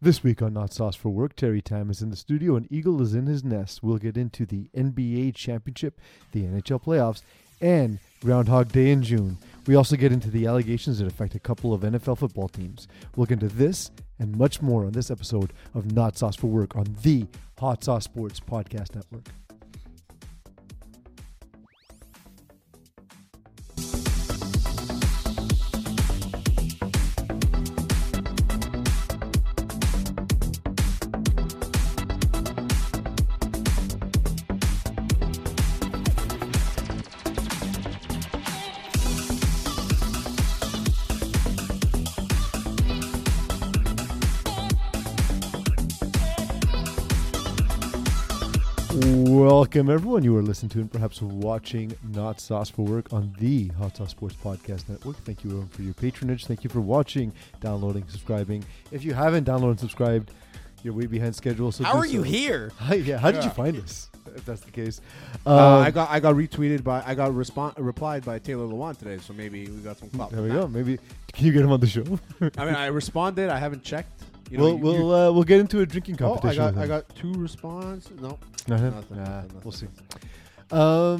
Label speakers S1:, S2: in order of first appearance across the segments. S1: This week on Not Sauce for Work, Terry Time is in the studio and Eagle is in his nest. We'll get into the NBA championship, the NHL playoffs, and Groundhog Day in June. We also get into the allegations that affect a couple of NFL football teams. We'll get into this and much more on this episode of Not Sauce for Work on the Hot Sauce Sports Podcast Network. Welcome, everyone. You are listening to and perhaps watching Not Sauce for Work on the Hot Sauce Sports Podcast Network. Thank you, everyone, for your patronage. Thank you for watching, downloading, subscribing. If you haven't downloaded and subscribed, you're way behind schedule. So
S2: How
S1: do
S2: are
S1: so.
S2: you here?
S1: Hi, yeah, how did you
S3: Yeah.
S1: find us? If that's the case,
S3: Uh,
S1: Um,
S3: I got I got retweeted by I got respon replied by Taylor Lewan today, so maybe we got some clout.
S1: there we
S3: from
S1: go. Maybe can you get him on the show?
S3: that. I mean, I responded. I haven't checked. You know,
S1: we'll
S3: you-
S1: we'll
S3: you-
S1: uh, we'll get into a drinking
S3: oh, I
S1: competition.
S3: got I
S1: with him.
S3: got two responses. No,
S1: Nothing?
S3: nothing,
S1: Nah,
S3: nothing, nothing,
S1: we'll see.
S3: nothing.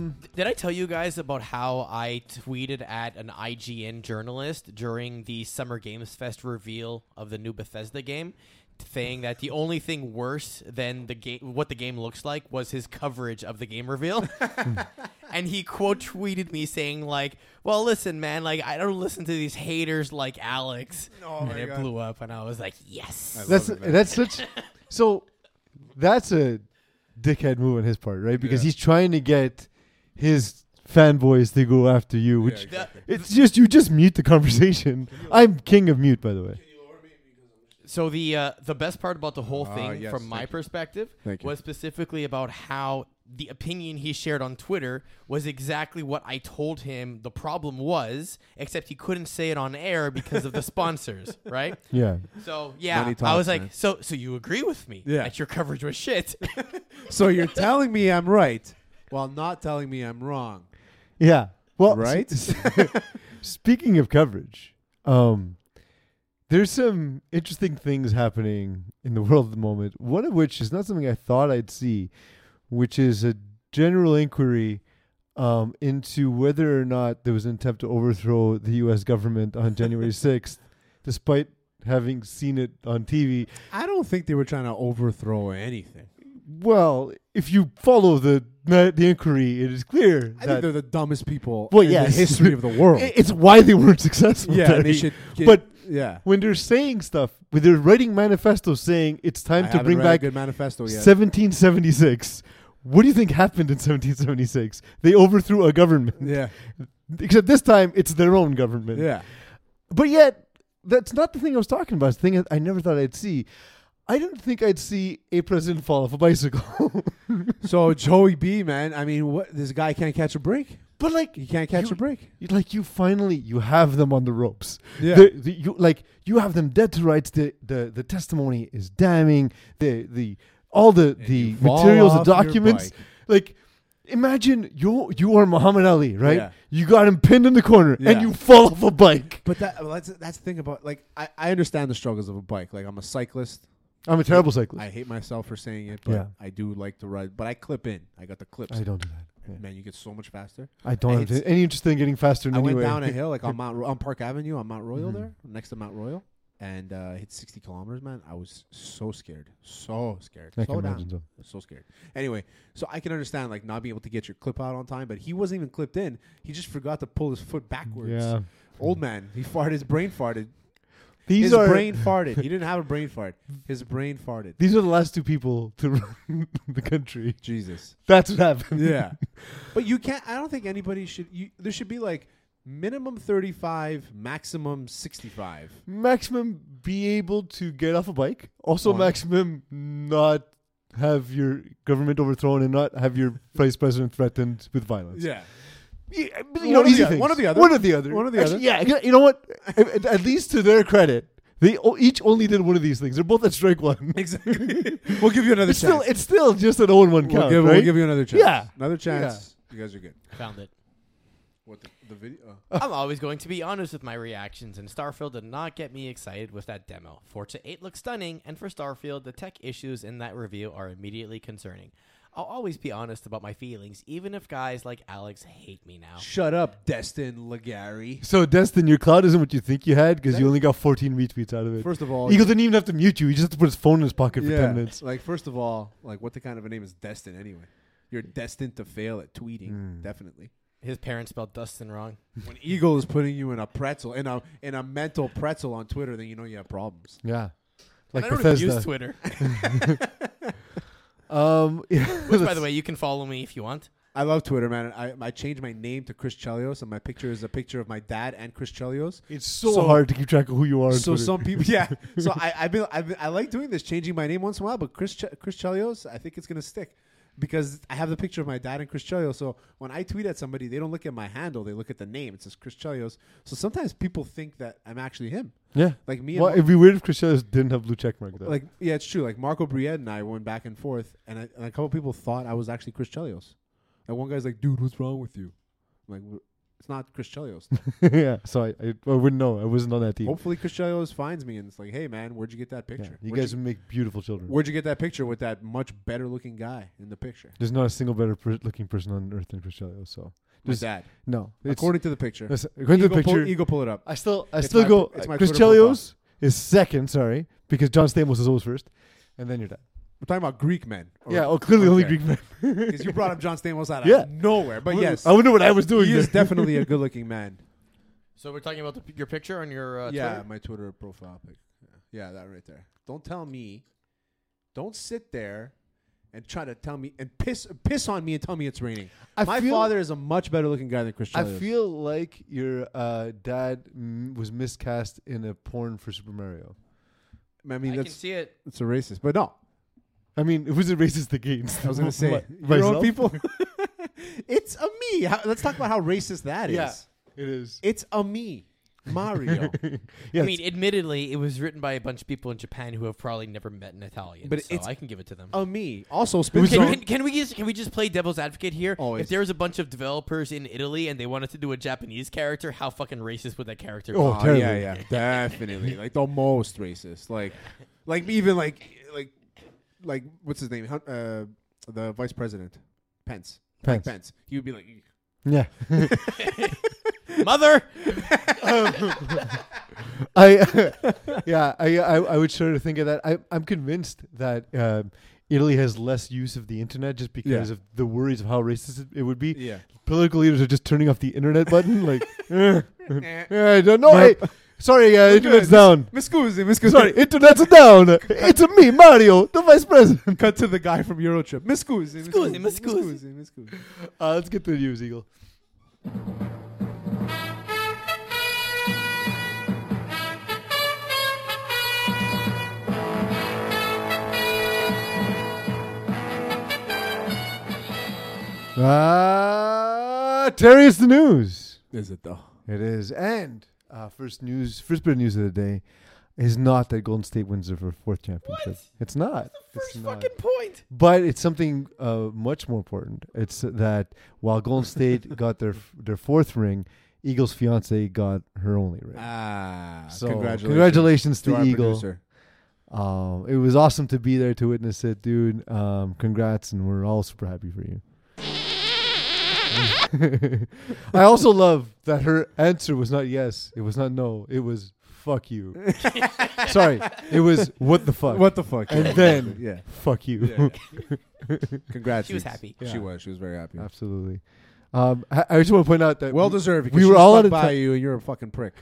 S1: Um,
S2: Did I tell you guys about how I tweeted at an IGN journalist during the Summer Games Fest reveal of the new Bethesda game, saying that the only thing worse than the game, what the game looks like, was his coverage of the game reveal? and he quote tweeted me saying like, "Well, listen, man, like I don't listen to these haters like Alex."
S3: Oh
S2: and
S3: my
S2: it
S3: God.
S2: blew up, and I was like, "Yes."
S3: I love
S1: that's
S3: it, man.
S1: that's such so that's a dickhead move on his part right because
S3: Yeah.
S1: he's trying to get his fanboys to go after you
S3: Yeah,
S1: which
S3: exactly.
S1: it's just you just mute the conversation i'm king of mute by the way
S2: So the uh, the best part about the whole
S3: Ah,
S2: thing,
S3: yes,
S2: from my
S3: thank you.
S2: perspective,
S3: Thank you.
S2: was specifically about how the opinion he shared on Twitter was exactly what I told him the problem was, except he couldn't say it on air because of the sponsors, right?
S1: yeah
S2: So yeah,
S3: Money
S2: I was
S3: talks,
S2: like,
S3: man.
S2: so so you agree with me
S3: Yeah.
S2: that your coverage was shit?
S3: So you're telling me I'm right while not telling me I'm wrong.
S1: yeah well
S3: Right?
S1: s- speaking of coverage um there's some interesting things happening in the world at the moment one of which is not something i thought i'd see which is a general inquiry um, into whether or not there was an attempt to overthrow the U.S. government on January 6th, despite having seen it on TV.
S3: I don't think they were trying to overthrow anything.
S1: Well, if you follow the the inquiry, it is clear
S3: I think
S1: that
S3: they're the dumbest people
S1: Well,
S3: in
S1: yes.
S3: the history of the world.
S1: i- it's why they weren't successful.
S3: yeah, they
S1: Teddy.
S3: should. Get,
S1: But
S3: yeah,
S1: when they're saying stuff, when they're writing manifestos saying it's time
S3: I
S1: to
S3: haven't
S1: bring
S3: read a
S1: back
S3: good manifesto yet.
S1: 1776. What do you think happened in 1776? They overthrew a government.
S3: yeah,
S1: Except this time, it's their own government.
S3: yeah.
S1: But yet, that's not the thing I was talking about. It's the thing I never thought I'd see. I didn't think I'd see a president fall off a bicycle.
S3: So Joey B, man, I mean, what this guy can't catch a break.
S1: but like,
S3: He can't catch
S1: You-
S3: a break.
S1: you- like you finally you have them on the ropes.
S3: Yeah.
S1: The- the- you like you have them dead to rights. The the, the testimony is damning. The the all the the
S3: you fall
S1: materials and
S3: off your
S1: documents.
S3: bike.
S1: Like imagine you you are Muhammad Ali, right?
S3: Yeah.
S1: You got him pinned in the corner and
S3: Yeah.
S1: you fall off a bike.
S3: But that well, that's that's the thing about like I, I understand the struggles of a bike. Like I'm a cyclist.
S1: I'm a terrible cyclist.
S3: I hate myself for saying it, but
S1: Yeah.
S3: I do like to ride. But I clip in. I got the clips.
S1: I don't do that. Yeah.
S3: Man, you get so much faster.
S1: I don't have
S3: It's-
S1: any interest in getting faster in
S3: I
S1: any
S3: went
S1: way.
S3: down a hill like on Mount Ro- on Park Avenue on Mount Royal
S1: Mhm.
S3: there, next to Mount Royal, and uh, hit 60 kilometers. Man, I was so scared, so scared.
S1: I
S3: Slow
S1: can
S3: down.
S1: imagine so.
S3: so scared. Anyway, so I can understand like not being able to get your clip out on time, but he wasn't even clipped in. He just forgot to pull his foot backwards.
S1: Yeah.
S3: Old man, he farted. His brain farted.
S1: These
S3: his
S1: are
S3: brain farted. He didn't have a brain fart. His brain farted.
S1: these are the last two people to run the country.
S3: Jesus.
S1: That's what happened.
S3: Yeah, but you can't. I don't think anybody should. You, there should be like minimum thirty-five, maximum sixty-five.
S1: Maximum be able to get off a bike. Also,
S3: One.
S1: maximum not have your government overthrown and not have your vice president threatened with violence.
S3: Yeah,
S1: Yeah, but, you
S3: One
S1: know,
S3: or the
S1: easy
S3: oth-
S1: things.
S3: one or the other.
S1: One or the other.
S3: One or the
S1: Actually, Yeah,
S3: other.
S1: exa- you know what? at, at least to their credit, they o- each only did one of these things. They're both at strike one.
S3: exactly. we'll give you another
S1: It's still, it's still just an 0 and 1
S3: we'll,
S1: count.
S3: give,
S1: right?
S3: we'll give you another chance.
S1: Yeah.
S3: another chance. You guys are good.
S2: Found it.
S3: What the, the video? oh.
S2: I'm always going to be honest with my reactions, and Starfield did not get me excited with that demo. Forza 8 looks stunning, and for Starfield, the tech issues in that review are immediately concerning. I'll always be honest about my feelings, even if guys like Alex hate me now.
S3: Shut up, Destin Legary.
S1: So, Destin, your cloud isn't what you think you had because you only got 14 retweets out of it.
S3: First of all,
S1: Eagle didn't even have to mute you. He just had to put his phone in his pocket for 10 minutes.
S3: Like first of all, like what the kind of a name is Destin anyway? You're destined to fail at tweeting, definitely.
S2: His parents spelled Dustin wrong.
S3: When Eagle is putting you in a pretzel in a in a mental pretzel on Twitter, then you know you have problems.
S1: Yeah. Like
S2: I don't use
S1: Bethesda.
S2: Twitter.
S1: Um, yeah,
S2: Which, by the way, you can follow me if you want.
S3: I love Twitter, man. I, I changed my name to Chris Chelios, and my picture is a picture of my dad and Chris Chelios.
S1: it's so,
S3: so-
S1: hard to keep track of who you are. On
S3: So
S1: Twitter.
S3: some people, yeah. So I, I've been, I've been, I like doing this, changing my name once in a while. But Chris, Ch- Chris Chelios, I think it's gonna stick because I have the picture of my dad and Chris Chelios. So when I tweet at somebody, they don't look at my handle; they look at the name. It says Chris Chelios. So sometimes people think that I'm actually him.
S1: yeah.
S3: Like me, and
S1: Well,
S3: Mar-
S1: it'd be weird if Christian didn't have blue check mark though.
S3: like yeah, it's true. Like Marco Briette and I went back and forth, and, I, and a couple people thought I was actually Chris Chelios. And one guy's like, "Dude, what's wrong with you?" I'm like, "W- "It's not Chris Chelios."
S1: yeah. So I, I, I wouldn't know. I wasn't on that team.
S3: Hopefully, Chris Chelios finds me, and it's like, "Hey, man, where'd you get that
S1: Yeah,
S3: picture?
S1: You
S3: Where'd
S1: guys make beautiful children.
S3: Where'd you get that picture with that much better looking guy in the picture?
S1: There's not a single better per- looking person on earth than Cristiano. So
S3: My
S1: Just-
S3: dad.
S1: no, it's,
S3: According to the picture.
S1: listen, according to the
S3: Eagle
S1: picture,
S3: Pull, Eagle, pull it up.
S1: I still I
S3: It's
S1: still
S3: my
S1: go.
S3: pr- it's my
S1: Chris
S3: Twitter profile.
S1: Chelios is second, sorry, because John Stamos is always first, and then you're done.
S3: We're talking about Greek men.
S1: yeah, oh, clearly only
S3: okay.
S1: Greek man.
S3: Because you brought up John Stamos out of
S1: Yeah.
S3: nowhere. But yes,
S1: I wonder what I was doing.
S3: he is
S1: there.
S3: definitely a good looking man.
S2: So we're talking about the, your picture on your uh,
S3: yeah,
S2: Twitter?
S3: my Twitter profile pic. Yeah. yeah, that right there. Don't tell me. Don't sit there and try to tell me and piss piss on me and tell me it's raining.
S1: I
S3: my
S1: feel-
S3: father is a much better looking guy than Chris
S1: I
S3: Chelios.
S1: feel like your uh, dad m- was miscast in a porn for Super Mario.
S3: I
S2: I
S3: mean,
S2: can
S3: that's
S2: see it.
S3: it's a racist, but no,
S1: I mean, it was a racist against.
S3: I was gonna say
S1: my-
S3: your
S1: myself?
S3: own people. it's a me. How, let's talk about how racist that is.
S1: Yeah, it is.
S3: It's a me, Mario.
S1: Yeah,
S2: I mean, admittedly, it was written by a bunch of people in Japan who have probably never met an Italian,
S3: But
S2: but so
S3: it's-
S2: I can give it to them.
S3: a me. Also, spin
S2: Can,
S3: zone.
S2: can, can we just can we just play devil's advocate here?
S3: Always.
S2: If there was a bunch of developers in Italy and they wanted to do a Japanese character, how fucking racist would that character be?
S1: Oh,
S3: Aw,
S1: terribly.
S3: yeah, yeah, definitely. Like the most racist. Like, like even like like like what's his name? Hun- Uh, the vice president, Pence. Mike
S1: Pence.
S3: Pence. He would be like,
S1: yeah.
S2: Mother,
S1: I yeah, I, I I would sort of think of that. I I'm convinced that um, Italy has less use of the internet just because
S3: Yeah.
S1: of the worries of how racist it, it would be.
S3: yeah.
S1: Political leaders are just turning off the internet button. Like, eh, eh, I don't know. Hey, sorry, uh, internet's down.
S3: Mi scusi, mi scusi.
S1: Sorry, internet's down. It's me, Mario, the vice president.
S3: Cut to the guy from Eurotrip. Mi scusi, mi
S2: Scusi, mi scusi.
S3: mi scusi.
S1: Uh, let's get to the news, Eagle. Ah, Terry, it's the news.
S3: Is it though?
S1: It is, and uh, first news, first bit of news of the day is not that Golden State wins their fourth championship.
S2: What?
S1: It's not.
S2: first
S1: it's not.
S2: fucking point.
S1: But it's something uh, much more important. It's that while Golden State got their their fourth ring, Eagles' fiance got her only ring.
S3: Ah,
S1: so
S3: congratulations,
S1: congratulations
S3: to
S1: to,
S3: our
S1: Eagle.
S3: producer.
S1: Um, it was awesome to be there to witness it, dude. Um, congrats, and we're all super happy for you. I also love that her answer was not yes, it was not no, it was fuck you. Sorry, it was what the fuck,
S3: What the fuck?
S1: And
S3: Yeah,
S1: then-
S3: yeah,
S1: fuck you.
S3: yeah. congrats.
S2: She was
S3: dudes.
S2: happy.
S1: Yeah.
S3: She was. She was very happy.
S1: Absolutely. Um, I, I just want to point out that
S3: Well
S1: we,
S3: deserved.
S1: we
S3: because
S1: were
S3: she
S1: all
S3: stuck
S1: out of
S3: by
S1: tou-
S3: you, and you're a fucking prick.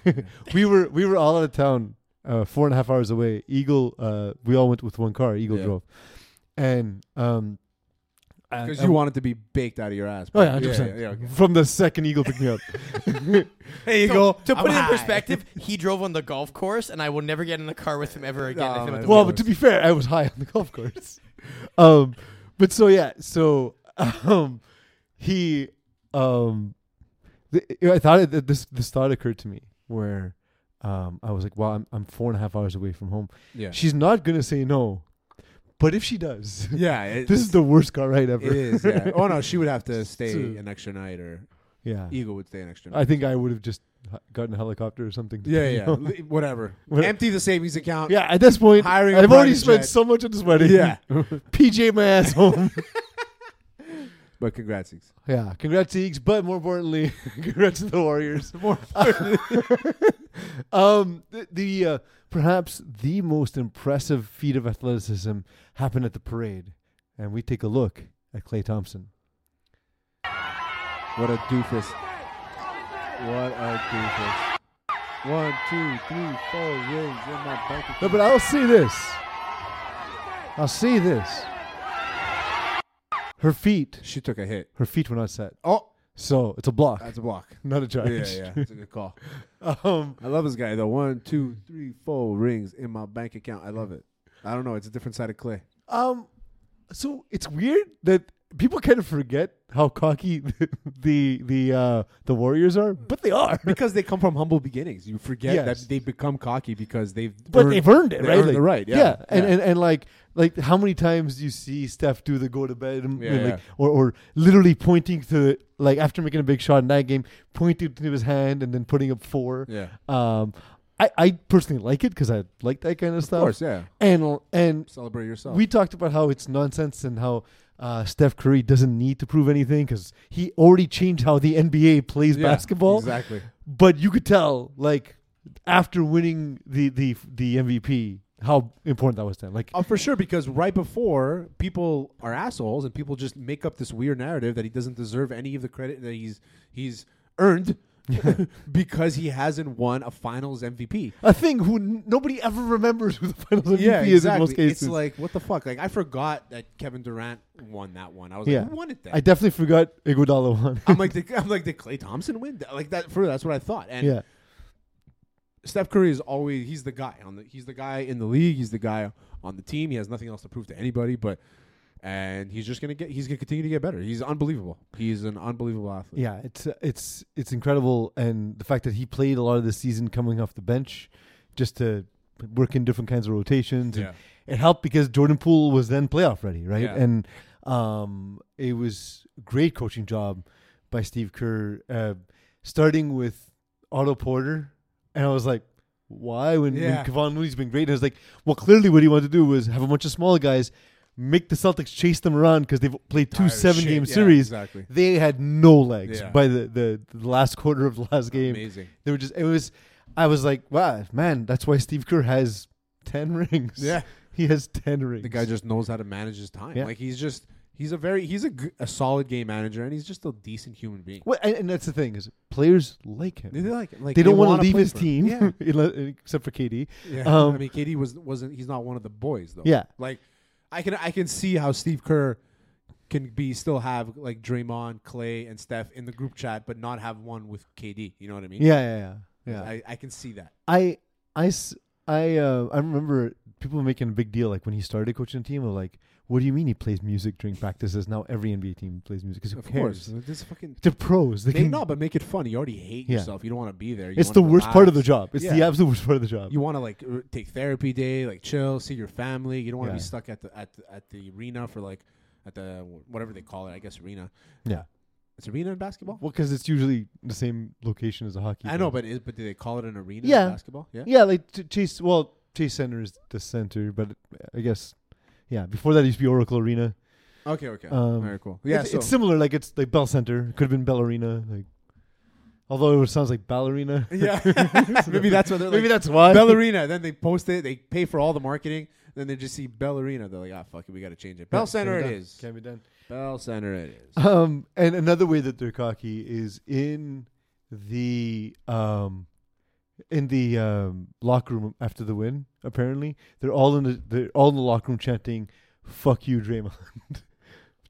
S1: we were we were all out of town, uh, four and a half hours away. Eagle, uh, we all went with one car. Eagle
S3: Yeah.
S1: drove, and um, I-
S3: Because
S1: I-
S3: you want it to be baked out of your ass.
S1: oh yeah,
S3: bro.
S1: 100%.
S3: yeah, yeah, okay.
S1: From the second Eagle picked me up.
S3: There you
S2: So,
S3: go.
S2: to put
S3: I'm
S2: it in
S3: high.
S2: perspective, he drove on the golf course, and I will never get in the car with him ever again.
S3: Oh,
S2: I him at
S3: man.
S2: the
S1: well,
S2: well,
S1: but to be fair, I was high on the golf course. um, but so yeah, so um, he um, th- I thought it, that this this thought occurred to me where um, I was like, wow, I'm I'm four and a half hours away from home.
S3: Yeah.
S1: She's not gonna say no, but if she does,
S3: Yeah. It,
S1: this is the worst car ride ever.
S3: Oh, It is. Yeah. Oh no, she would have to stay
S1: So-
S3: an extra night or.
S1: Yeah.
S3: Ego would stay an extra.
S1: I think I would have just h- gotten a helicopter or something. to-
S3: yeah, yeah, li- whatever.
S1: What-
S3: Empty the savings account.
S1: Yeah, at this point,
S3: Hiring a
S1: I've already
S3: private
S1: spent
S3: jet.
S1: so much on this wedding.
S3: Yeah.
S1: PJ my ass home.
S3: but congrats. Eeks.
S1: yeah, congrats to Eagles, but more importantly, congrats to the Warriors.
S3: More
S1: um, the, the uh, perhaps the most impressive feat of athleticism happened at the parade, and we take a look at Clay Thompson.
S3: What a doofus. What a doofus. One, two, three, four rings in my bank account.
S1: No, but I'll say this. I'll say this. Her feet,
S3: she took a hit.
S1: her feet were not set,
S3: Oh,
S1: so it's a block,
S3: that's a block.
S1: not a
S3: Yeah,
S1: charge.
S3: yeah, that's a good call.
S1: um,
S3: I love this guy though. One, two, three, four rings in my bank account. I love it. I don't know. It's a different side of Clay.
S1: um, so it's weird that people kind of forget how cocky the the the, uh, the Warriors are, but they are.
S3: Because they come from humble beginnings. You forget
S1: Yes.
S3: that they become cocky because they've.
S1: But
S3: earned-
S1: they've earned it,
S3: they
S1: right?
S3: earned
S1: Like,
S3: the right, yeah.
S1: And,
S3: Yeah.
S1: and and like like how many times do you see Steph do the go to bed and,
S3: Yeah,
S1: and, like
S3: yeah.
S1: or or literally pointing to like after making a big shot in that game, pointing to his hand and then putting up four.
S3: Yeah.
S1: Um, I I personally like it because I like that kind of stuff.
S3: Of course, yeah.
S1: And and
S3: Celebrate yourself.
S1: we talked about how it's nonsense and how. Uh, Steph Curry doesn't need to prove anything because he already changed how the NBA plays
S3: Yeah,
S1: basketball
S3: Exactly.
S1: but you could tell like after winning the the the MVP how important that was then. Like
S3: Oh, for sure, because right before people are assholes and people just make up this weird narrative that he doesn't deserve any of the credit that he's he's earned because he hasn't won a Finals MVP.
S1: a thing who n- nobody ever remembers who the Finals MVP
S3: Yeah,
S1: is in most
S3: exactly.
S1: cases.
S3: It's like what the fuck? Like I forgot that Kevin Durant won that one. I was
S1: yeah,
S3: like, who won it then?
S1: I definitely forgot Iguodala won.
S3: I'm like, did, I'm like, did Clay Thompson win? Like that for that's what I thought. And
S1: yeah,
S3: Steph Curry is always he's the guy on the he's the guy in the league. He's the guy on the team. He has nothing else to prove to anybody. But and he's just gonna get he's gonna continue to get better. He's unbelievable. He's an unbelievable athlete.
S1: yeah, it's uh, it's it's incredible, and the fact that he played a lot of the season coming off the bench, just to work in different kinds of rotations. and
S3: Yeah.
S1: it helped because Jordan Poole was then playoff ready, right?
S3: Yeah.
S1: And um, it was great coaching job by Steve Kerr, uh, starting with Otto Porter, and I was like, why? When,
S3: Yeah.
S1: when Kevon Looney's been great, and I was like, well, clearly what he wanted to do was have a bunch of small guys. Make the Celtics chase them around because they've played two
S3: Tired as
S1: seven
S3: shit.
S1: game
S3: Yeah,
S1: series.
S3: exactly.
S1: They had no legs
S3: Yeah.
S1: by the, the, the last quarter of the last game.
S3: Amazing.
S1: They were just. It was. I was like, wow, man. That's why Steve Kerr has ten rings.
S3: Yeah.
S1: he has ten rings.
S3: The guy just knows how to manage his time.
S1: Yeah.
S3: Like he's just he's a very he's a, g- a solid game manager and he's just a decent human being.
S1: Well, and, and that's the thing is players like him.
S3: They, they like, like
S1: They don't want
S3: wanna
S1: to leave
S3: play
S1: his
S3: for him.
S1: team,
S3: Yeah.
S1: unle- except for KD.
S3: Yeah,
S1: Um,
S3: I mean, KD was wasn't he's not one of the boys though.
S1: Yeah.
S3: like I can I can see how Steve Kerr can be still have like Draymond, Clay, and Steph in the group chat, but not have one with KD. You know what I mean?
S1: Yeah, yeah, yeah. yeah.
S3: I, I can see that.
S1: I I s- I uh, I remember people making a big deal like when he started coaching the team of like, what do you mean he plays music during practices? Now every NBA team plays music because who
S3: Of
S1: cares?
S3: course, this fucking
S1: They're pros. They
S3: they
S1: can.
S3: no, but make it fun. You already hate
S1: Yeah.
S3: yourself. You don't want to be there. You
S1: it's
S3: wanna
S1: the worst part of the
S3: relax.
S1: job. It's the
S3: Yeah.
S1: absolute worst part of the job.
S3: You want to like r- take therapy day, like chill, see your family. You don't want to
S1: Yeah.
S3: be stuck at the at the, at the arena for like at the whatever they call it. I guess arena.
S1: yeah.
S3: It's arena in basketball.
S1: Well, because it's usually the same location as a hockey.
S3: I know,
S1: rink.
S3: but is, but do they call it an arena in
S1: Yeah.
S3: basketball? Yeah.
S1: Yeah, like Ch- Chase. Well, Chase Center is the center, but I guess, yeah. Before that, it used to be Oracle Arena.
S3: Okay, okay.
S1: Um,
S3: Very cool. Yeah,
S1: it's,
S3: so,
S1: it's similar. Like it's like Bell Center. Could have been Bell Arena. Like, although it sounds like Ballerina.
S3: yeah. maybe that's what they're
S1: Maybe
S3: like.
S1: that's why.
S3: Ballerina. Then they post it. They pay for all the marketing. Then they just see Ballerina. They're like, ah, fuck it. We got to change it. Bell Center it is.
S1: Can be done.
S3: Bell Center it is.
S1: Um, and another way that they're cocky is in the um, in the um, locker room after the win. Apparently, they're all in the they're all in the locker room chanting "fuck you, Draymond,"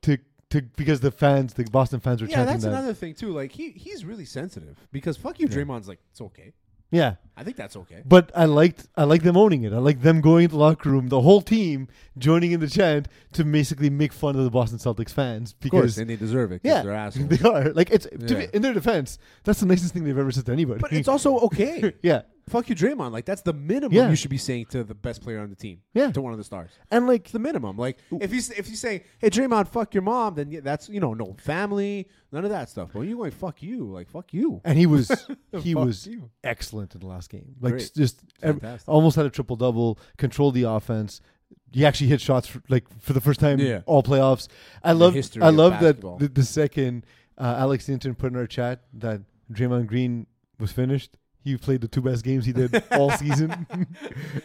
S1: to to because the fans, the Boston fans, were
S3: Yeah,
S1: chanting
S3: that's
S1: that.
S3: another thing too. Like he he's really sensitive because fuck you,
S1: Yeah.
S3: Draymond's like it's okay.
S1: yeah,
S3: I think that's okay.
S1: but I liked I liked them owning it. I liked them going to the locker room, the whole team joining in the chant to basically make fun of the Boston Celtics fans
S3: Of course,
S1: because.
S3: and they deserve it. 'cause
S1: Yeah,
S3: they're assholes.
S1: they are like it's to
S3: Yeah.
S1: be, in their defense. That's the nicest thing they've ever said to anybody.
S3: but it's also okay.
S1: Yeah.
S3: Fuck you, Draymond. Like that's the minimum
S1: Yeah.
S3: you should be saying to the best player on the team.
S1: Yeah.
S3: to one of the stars.
S1: And like
S3: It's the minimum. Like if you s- if you say, "Hey, Draymond, fuck your mom," then yeah, that's you know no family, none of that stuff. But you like fuck you, like fuck you.
S1: and he was he
S3: Fuck
S1: was
S3: you.
S1: excellent in the last game. Like
S3: Great.
S1: s- just ev-
S3: Fantastic.
S1: almost had a triple double, controlled the offense. He actually hit shots for, like for the first time
S3: Yeah.
S1: all playoffs. I love
S3: history
S1: I
S3: of
S1: love that
S3: basketball.
S1: the, the second uh, Alex Hinton put in our chat that Draymond Green was finished. He played the two best games he did all season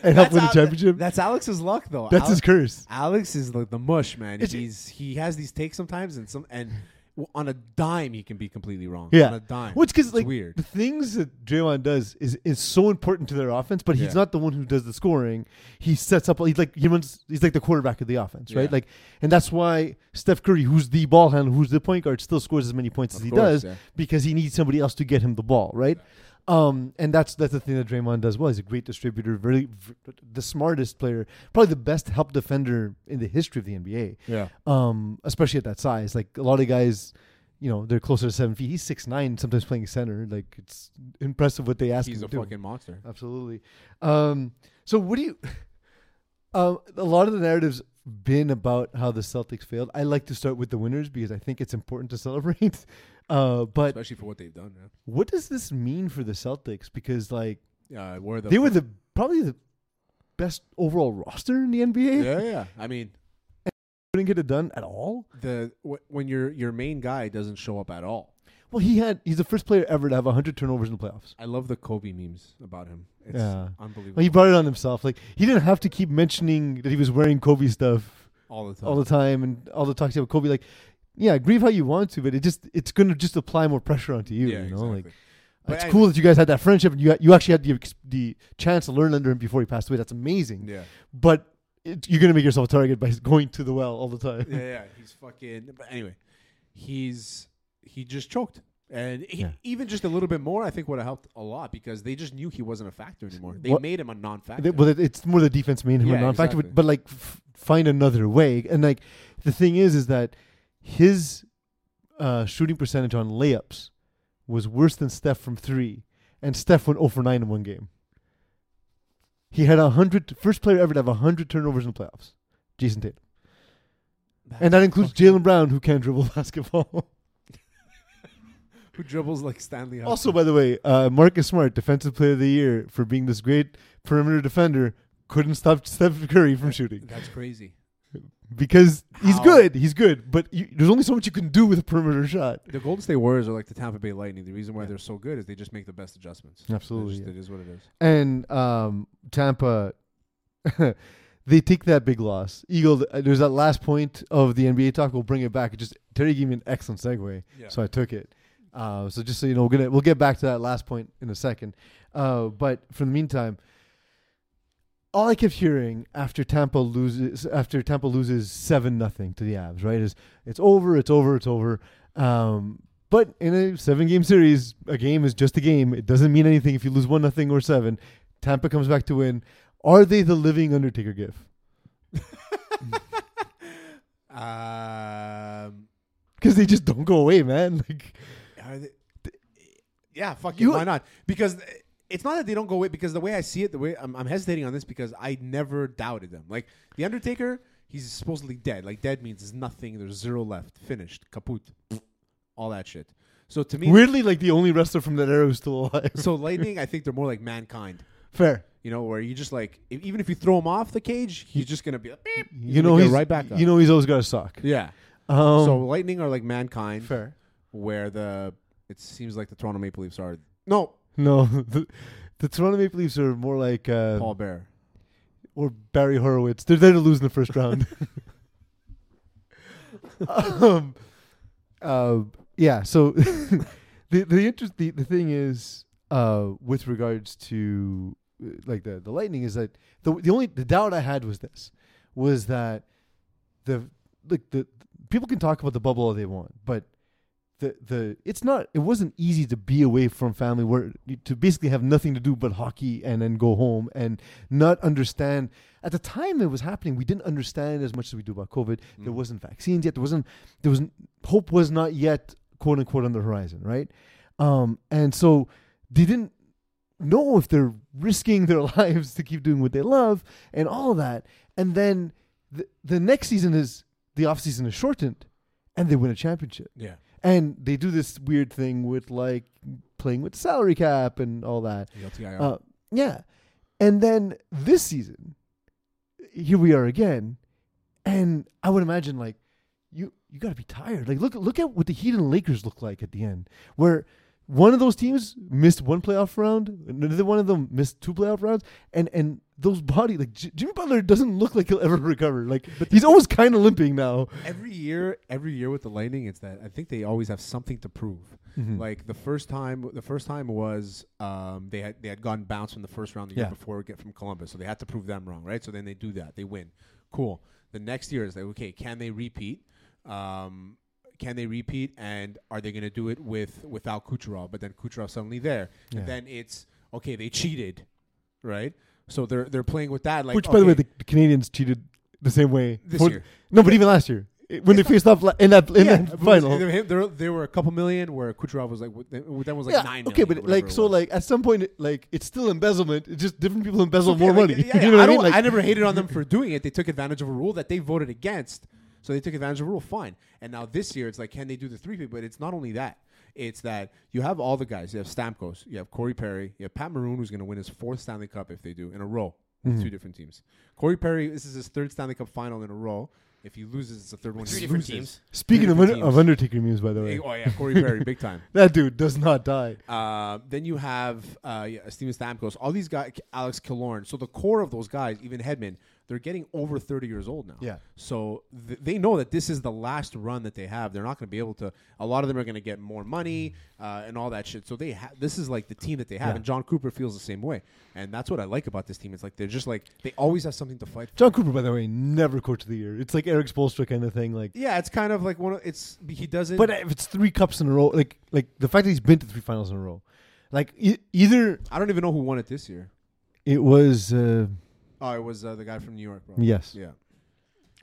S1: and helped win the
S3: Al-
S1: championship.
S3: That's Alex's luck, though.
S1: That's
S3: Alex,
S1: his curse.
S3: Alex is like the mush man.
S1: It's-
S3: He's he has these takes sometimes, and some and w- on a dime he can be completely wrong.
S1: Yeah.
S3: on a dime.
S1: Which because
S3: It's
S1: like
S3: weird.
S1: the things that Draymond does is is so important to their offense, but he's
S3: Yeah.
S1: not the one who does the scoring. He sets up. He's like he runs. He's like the quarterback of the offense,
S3: Yeah.
S1: right? Like, and that's why Steph Curry, who's the ball handler, who's the point guard, still scores as many points
S3: Of
S1: as he
S3: course,
S1: does
S3: yeah.
S1: because he needs somebody else to get him the ball, right? Um, and that's that's the thing that Draymond does well. He's a great distributor, very v- the smartest player, probably the best help defender in the history of the NBA
S3: Yeah,
S1: um, especially at that size. Like a lot of guys, you know, they're closer to seven feet. He's six nine, sometimes playing center. Like it's impressive what they ask
S3: he's
S1: him
S3: a
S1: to do.
S3: fucking monster.
S1: Absolutely. Um, so what do you? Um, a lot of the narratives been about how the Celtics failed. I like to start with the winners because I think it's important to celebrate. Uh, but
S3: Especially for what they've done. Yeah,
S1: what does this mean for the Celtics? Because like
S3: yeah we're the
S1: they were the probably the best overall roster in the NBA.
S3: yeah yeah. I mean,
S1: Couldn't get it done at all.
S3: the wh- when your your main guy doesn't show up at all.
S1: Well, he had. He's the first player ever to have 100 turnovers in the playoffs.
S3: I love the Kobe memes about him. It's
S1: Yeah.
S3: unbelievable
S1: Like he brought it on himself. Like he didn't have to keep mentioning that he was wearing Kobe stuff
S3: all the time.
S1: all the time and all the talks about Kobe. Like, yeah, grieve how you want to, but it just it's going to just apply more pressure onto you. you know, like
S3: But
S1: it's
S3: I-
S1: cool that you guys had that friendship and you you actually had the ex- the chance to learn under him before he passed away. That's amazing.
S3: yeah.
S1: But it, you're going to make yourself a target by going to the well all the time.
S3: yeah, yeah, he's fucking. But anyway, he's he just choked, and he,
S1: Yeah.
S3: even just a little bit more, I think would have helped a lot because they just knew he wasn't a factor anymore. They
S1: What-
S3: made him a non-factor.
S1: They- well, it- it's more the defense made him a
S3: Yeah,
S1: non-factor,
S3: exactly.
S1: but, but like f- find another way. And like the thing is, is that his uh, shooting percentage on layups was worse than Steph from three, and Steph went 0 for nine in one game. He had a hundred, first player ever to have a hundred turnovers in the playoffs, Jason Tatum, and that includes Jalen Brown, who can dribble basketball.
S3: who dribbles like Stanley. Hudson.
S1: also, by the way, uh, Marcus Smart, Defensive Player of the Year, for being this great perimeter defender, couldn't stop Steph Curry from shooting.
S3: that's crazy.
S1: because he's
S3: How?
S1: good. He's good, but you, there's only so much you can do with a perimeter shot.
S3: The Golden State Warriors are like the Tampa Bay Lightning. The reason why they're so good is they just make the best adjustments. They're
S1: Absolutely,
S3: just-
S1: yeah.
S3: it is what it is.
S1: And um, Tampa, they take that big loss. Eagle. uh, There's that last point of the NBA talk. We'll bring it back. It just Terry gave me an excellent segue,
S3: Yeah.
S1: so I took it. Uh, so just so you know, we're gonna we'll get back to that last point in a second. Uh, but for the meantime, all I kept hearing after Tampa loses after Tampa loses seven nothing to the Abs, right? Is it's over, it's over, it's over. Um, but in a seven game series, a game is just a game. It doesn't mean anything if you lose one nothing or seven. Tampa comes back to win. Are they the living Undertaker gif?
S3: Um,
S1: Because they just don't go away, man. Like
S3: Are they, yeah, fuck it.
S1: You-
S3: Why not? Because it's not that they don't go away. Because the way I see it, the way I'm, I'm hesitating on this, because I never doubted them. Like the Undertaker, he's supposedly dead. Like dead means there's nothing. There's zero left. Finished. Kaput. All that shit. So to me,
S1: weirdly, like the only wrestler from that era who's still alive.
S3: so lightning. I think they're more like mankind.
S1: Fair.
S3: You know, where you just like if, even if you throw him off the cage, he's just gonna be like, beep, he's
S1: You
S3: gonna
S1: know
S3: get
S1: he's
S3: right back up.
S1: You know he's always Um, got a sock.
S3: yeah.
S1: Um,
S3: so lightning are like mankind,
S1: fair.
S3: where the it seems like the Toronto Maple Leafs are no
S1: No, the, the Toronto Maple Leafs are more like uh,
S3: Paul Bear.
S1: or Barry Horowitz. They're there to lose in the first round. um, uh, yeah. So the the, interest, the the thing is uh, with regards to uh, like the the lightning is that the the only the doubt I had was this was that the like the people can talk about the bubble all they want, but the the it's not it wasn't easy to be away from family where to basically have nothing to do but hockey and then go home and not understand at the time it was happening we didn't understand as much as we do about covid
S3: Mm.
S1: there wasn't vaccines yet there wasn't there was hope was not yet quote unquote on the horizon right um and so they didn't know if they're risking their lives to keep doing what they love and all that. And then the, the next season is the off season is shortened, and they win a championship.
S3: Yeah.
S1: And they do this weird thing with like playing with salary cap and all that. Uh, yeah. And then this season, here we are again. And I would imagine like you you gotta be tired. Like look look at what the Heat and Lakers look like at the end, where one of those teams missed one playoff round, another one of them missed two playoff rounds, and and those body like J- Jimmy Butler doesn't look like he'll ever recover. Like he's always kind of limping now.
S3: every year, every year with the Lightning, it's that I think they always have something to prove.
S1: Hmm. Mm-hmm.
S3: Like the first time, the first time was um, they had they had gotten bounced from the first round the year
S1: Yeah.
S3: before get from Columbus, so they had to prove them wrong, right? So then they do that, they win, cool. The next year is like, okay, can they repeat? Um, can they repeat, and are they going to do it with without Kucherov? But then Kucherov suddenly there,
S1: Yeah.
S3: and then it's okay, they cheated, right? So they're they're playing with that, like
S1: Which, by the way,
S3: okay,
S1: the, the Canadians cheated the same way
S3: This
S1: for-
S3: year.
S1: No, but even last year It- when they faced off la- in that in
S3: Yeah,
S1: that
S3: but
S1: final.
S3: They were, they were- they were a couple million, where Kucherov was like, with them was like
S1: okay,
S3: nine. million or
S1: but
S3: whatever
S1: like
S3: it
S1: so,
S3: was.
S1: like at some point, it- like it's still embezzlement. It's just different people embezzle
S3: Okay,
S1: more
S3: like,
S1: money.
S3: yeah, yeah,
S1: you know
S3: I,
S1: what I mean?
S3: don't-
S1: Like,
S3: I never hated on them for doing it. They took advantage of a rule that they voted against, so they took advantage of a rule. Fine. And now this year, it's like, can they do the three P? But it's not only that. It's that you have all the guys. You have Stamkos. You have Corey Perry. You have Pat Maroon, who's going to win his fourth Stanley Cup if they do in a row with
S1: Mm-hmm.
S3: two different teams. Corey Perry, this is his third Stanley Cup final in a row. If he loses, it's the third one.
S2: Three
S3: he
S2: different
S3: loses.
S2: teams.
S1: Speaking of,
S3: Three
S1: Un-
S3: different
S1: of Undertaker memes, by the way,
S3: teams. Oh yeah, Corey Perry, big time.
S1: that dude does not die.
S3: Uh, then you have uh, yeah, Steven Stamkos, all these guys, Alex Killorn. So the core of those guys, even Hedman, they're getting over 30 years old now.
S1: Yeah.
S3: So th- they know that this is the last run that they have. They're not going to be able to. A lot of them are going to get more money uh, and all that shit. So they ha- this is like the team that they have,
S1: Yeah.
S3: and John Cooper feels the same way. And that's what I like about this team. It's like they're just like they always have something to fight. for.
S1: John Cooper, by the way, never coach of the year. It's like Eric Spoelstra kind of thing. Like,
S3: Yeah, it's kind of like one. Of, it's he doesn't.
S1: but if it's three cups in a row, like like the fact that he's been to three finals in a row, like e- either
S3: I don't even know who won it this year.
S1: it was uh,
S3: Oh, it was uh, the guy from New York, bro.
S1: yes,
S3: Yeah.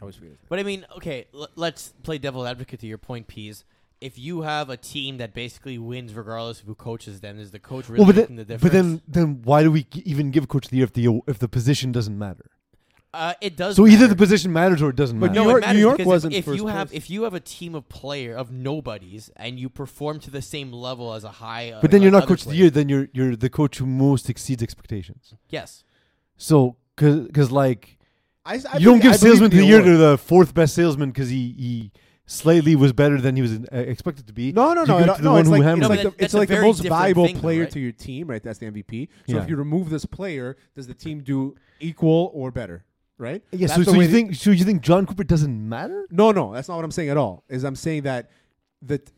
S3: I was weird.
S2: But I mean, okay, l- let's play devil advocate to your point, Pease. If you have a team that basically wins regardless of who coaches them, is the coach really
S1: well, but
S2: making
S1: then,
S2: the difference?
S1: but then then why do we g- even give coach of the year if the if the position doesn't matter?
S2: uh, it does.
S1: So either the
S2: matter.
S1: position matters or it doesn't
S3: But
S1: matter.
S2: no,
S3: New York-
S2: it matters
S3: New York
S2: because
S3: wasn't
S2: if, if
S3: first
S2: you have
S3: place.
S2: if you have a team of player of nobodies and you perform to the same level as a high, uh,
S1: but then you're
S2: like
S1: not
S2: other
S1: coach of the
S2: players.
S1: year. Then you're you're the coach who most exceeds expectations.
S2: Yes,
S1: So because like
S3: I, I
S1: you don't
S3: believe- I
S1: give
S3: believe
S1: salesman of the year
S3: award.
S1: to the fourth best salesman because he he slightly was better than he was uh, expected to be.
S3: No, no,
S1: You
S3: no.
S1: give
S3: it-
S1: it to the
S3: no,
S1: one
S3: it's
S1: who
S3: like,
S1: hammered.
S3: it's
S2: No,
S3: like, the,
S2: but that's
S3: it's
S2: a
S3: like the
S2: very
S3: most
S2: different
S3: valuable
S2: thing, though,
S3: player
S2: right?
S3: to your team, right? That's the MVP. So
S1: Yeah.
S3: if you remove this player, does the team do equal or better, right?
S1: Yeah,
S3: That's
S1: so,
S3: the
S1: so
S3: way
S1: you
S3: the-
S1: think so you think John Cooper doesn't matter?
S3: No, no, that's not what I'm saying at all. Is I'm saying that that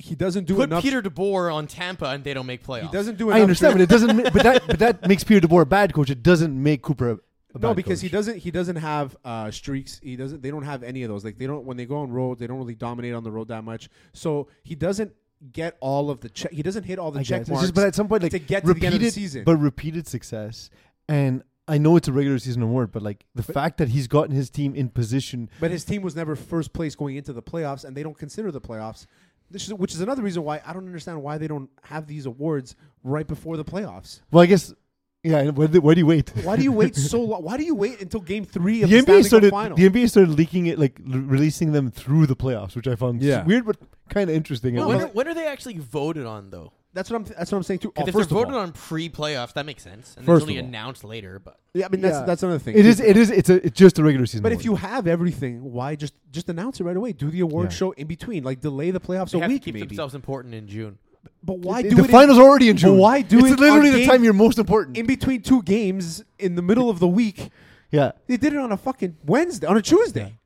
S3: he doesn't do
S2: put
S3: enough.
S2: Peter DeBoer on Tampa and they don't make playoffs.
S3: he doesn't do enough.
S1: I understand, but it doesn't. ma- But that but that makes Pierre DeBoer a bad coach. It doesn't make Cooper a, a
S3: no,
S1: bad
S3: because he
S1: coach.
S3: doesn't. He doesn't have uh, streaks. He doesn't. They don't have any of those. Like they don't. When they go on road, they don't really dominate on the road that much. So he doesn't get all of the. Che- he doesn't hit all the
S1: I
S3: check
S1: guess. It's
S3: marks.
S1: just- but at some point, like
S3: to get to the
S1: repeated,
S3: end of the season.
S1: but repeated success. And I know it's a regular season award, but like the fact that he's gotten his team in position.
S3: But his team was never first place going into the playoffs, and they don't consider the playoffs. This is, which is another reason why I don't understand why they don't have these awards right before the playoffs.
S1: Well, I guess, yeah. Why, do- why do you wait?
S3: Why do you wait so long? Why do you wait until Game
S1: the
S3: Three of the,
S1: NBA
S3: Stanley
S1: started
S3: Cup Final?
S1: the NBA started leaking it like l- releasing them through the playoffs, which I found s-
S3: Yeah.
S1: weird but kind of interesting.
S2: When,
S1: It
S2: when
S1: was-
S2: are, when are they actually voted on though?
S3: that's what I'm. That's what I'm saying too. Oh,
S2: Because if
S3: first
S2: they're
S3: of
S2: voted
S3: all,
S2: on pre-playoffs, that makes sense, and
S3: First
S2: it's only
S3: of all.
S2: announced later. But
S3: yeah, I mean
S1: yeah.
S3: that's that's another thing.
S1: it is it is it's a it's just a regular season.
S3: But if
S1: award.
S3: you have everything, why just just announce it right away? Do the award
S1: Yeah.
S3: show in between, like delay the playoffs
S2: they
S3: a
S2: have
S3: week
S2: to keep
S3: maybe.
S2: themselves important in June.
S3: But why
S1: the,
S3: do
S1: the
S3: it in-
S1: finals are already in
S3: but
S1: June,
S3: why do
S1: it's
S3: it on
S1: literally the
S3: game-
S1: time you're most important?
S3: in between two games in the middle of the week?
S1: yeah,
S3: They did it on a fucking Wednesday, on a Tuesday.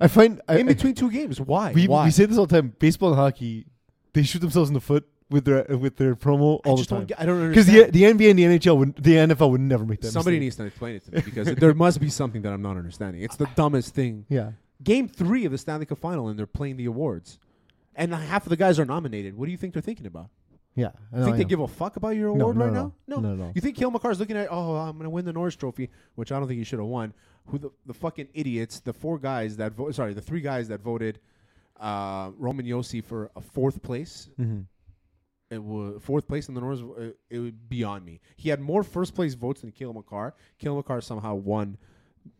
S1: I find I,
S3: in
S1: I-
S3: between two games. Why?
S1: we,
S3: Why?
S1: we say this all the time. Baseball and hockey, they shoot themselves in the foot with their with their promo
S3: I
S1: all the
S3: just don't.
S1: time.
S3: Get, I don't
S1: Because
S3: understand.
S1: the the NBA and the NHL would the NFL would never make that.
S3: somebody
S1: mistake.
S3: needs to explain it to me because there must be something that I'm not understanding. It's the dumbest thing.
S1: Yeah,
S3: Game three of the Stanley Cup Final, and they're playing the awards, and half of the guys are nominated. What do you think they're thinking about?
S1: yeah. I
S3: You
S1: know,
S3: think
S1: I
S3: they
S1: know.
S3: give a fuck about your
S1: No,
S3: award
S1: not
S3: right
S1: at
S3: now?
S1: all. Not at all.
S3: You think Kale McCarr's looking at, oh, I'm gonna win the Norris Trophy, which I don't think he should have won. Who the, the fucking idiots? The four guys that vote, sorry, the three guys that voted uh, Roman Yossi for a fourth place.
S1: Mhm.
S3: it was fourth place in the Norris. uh, It would beyond me. He had more first place votes than Kale McCarr. Kale McCarr somehow won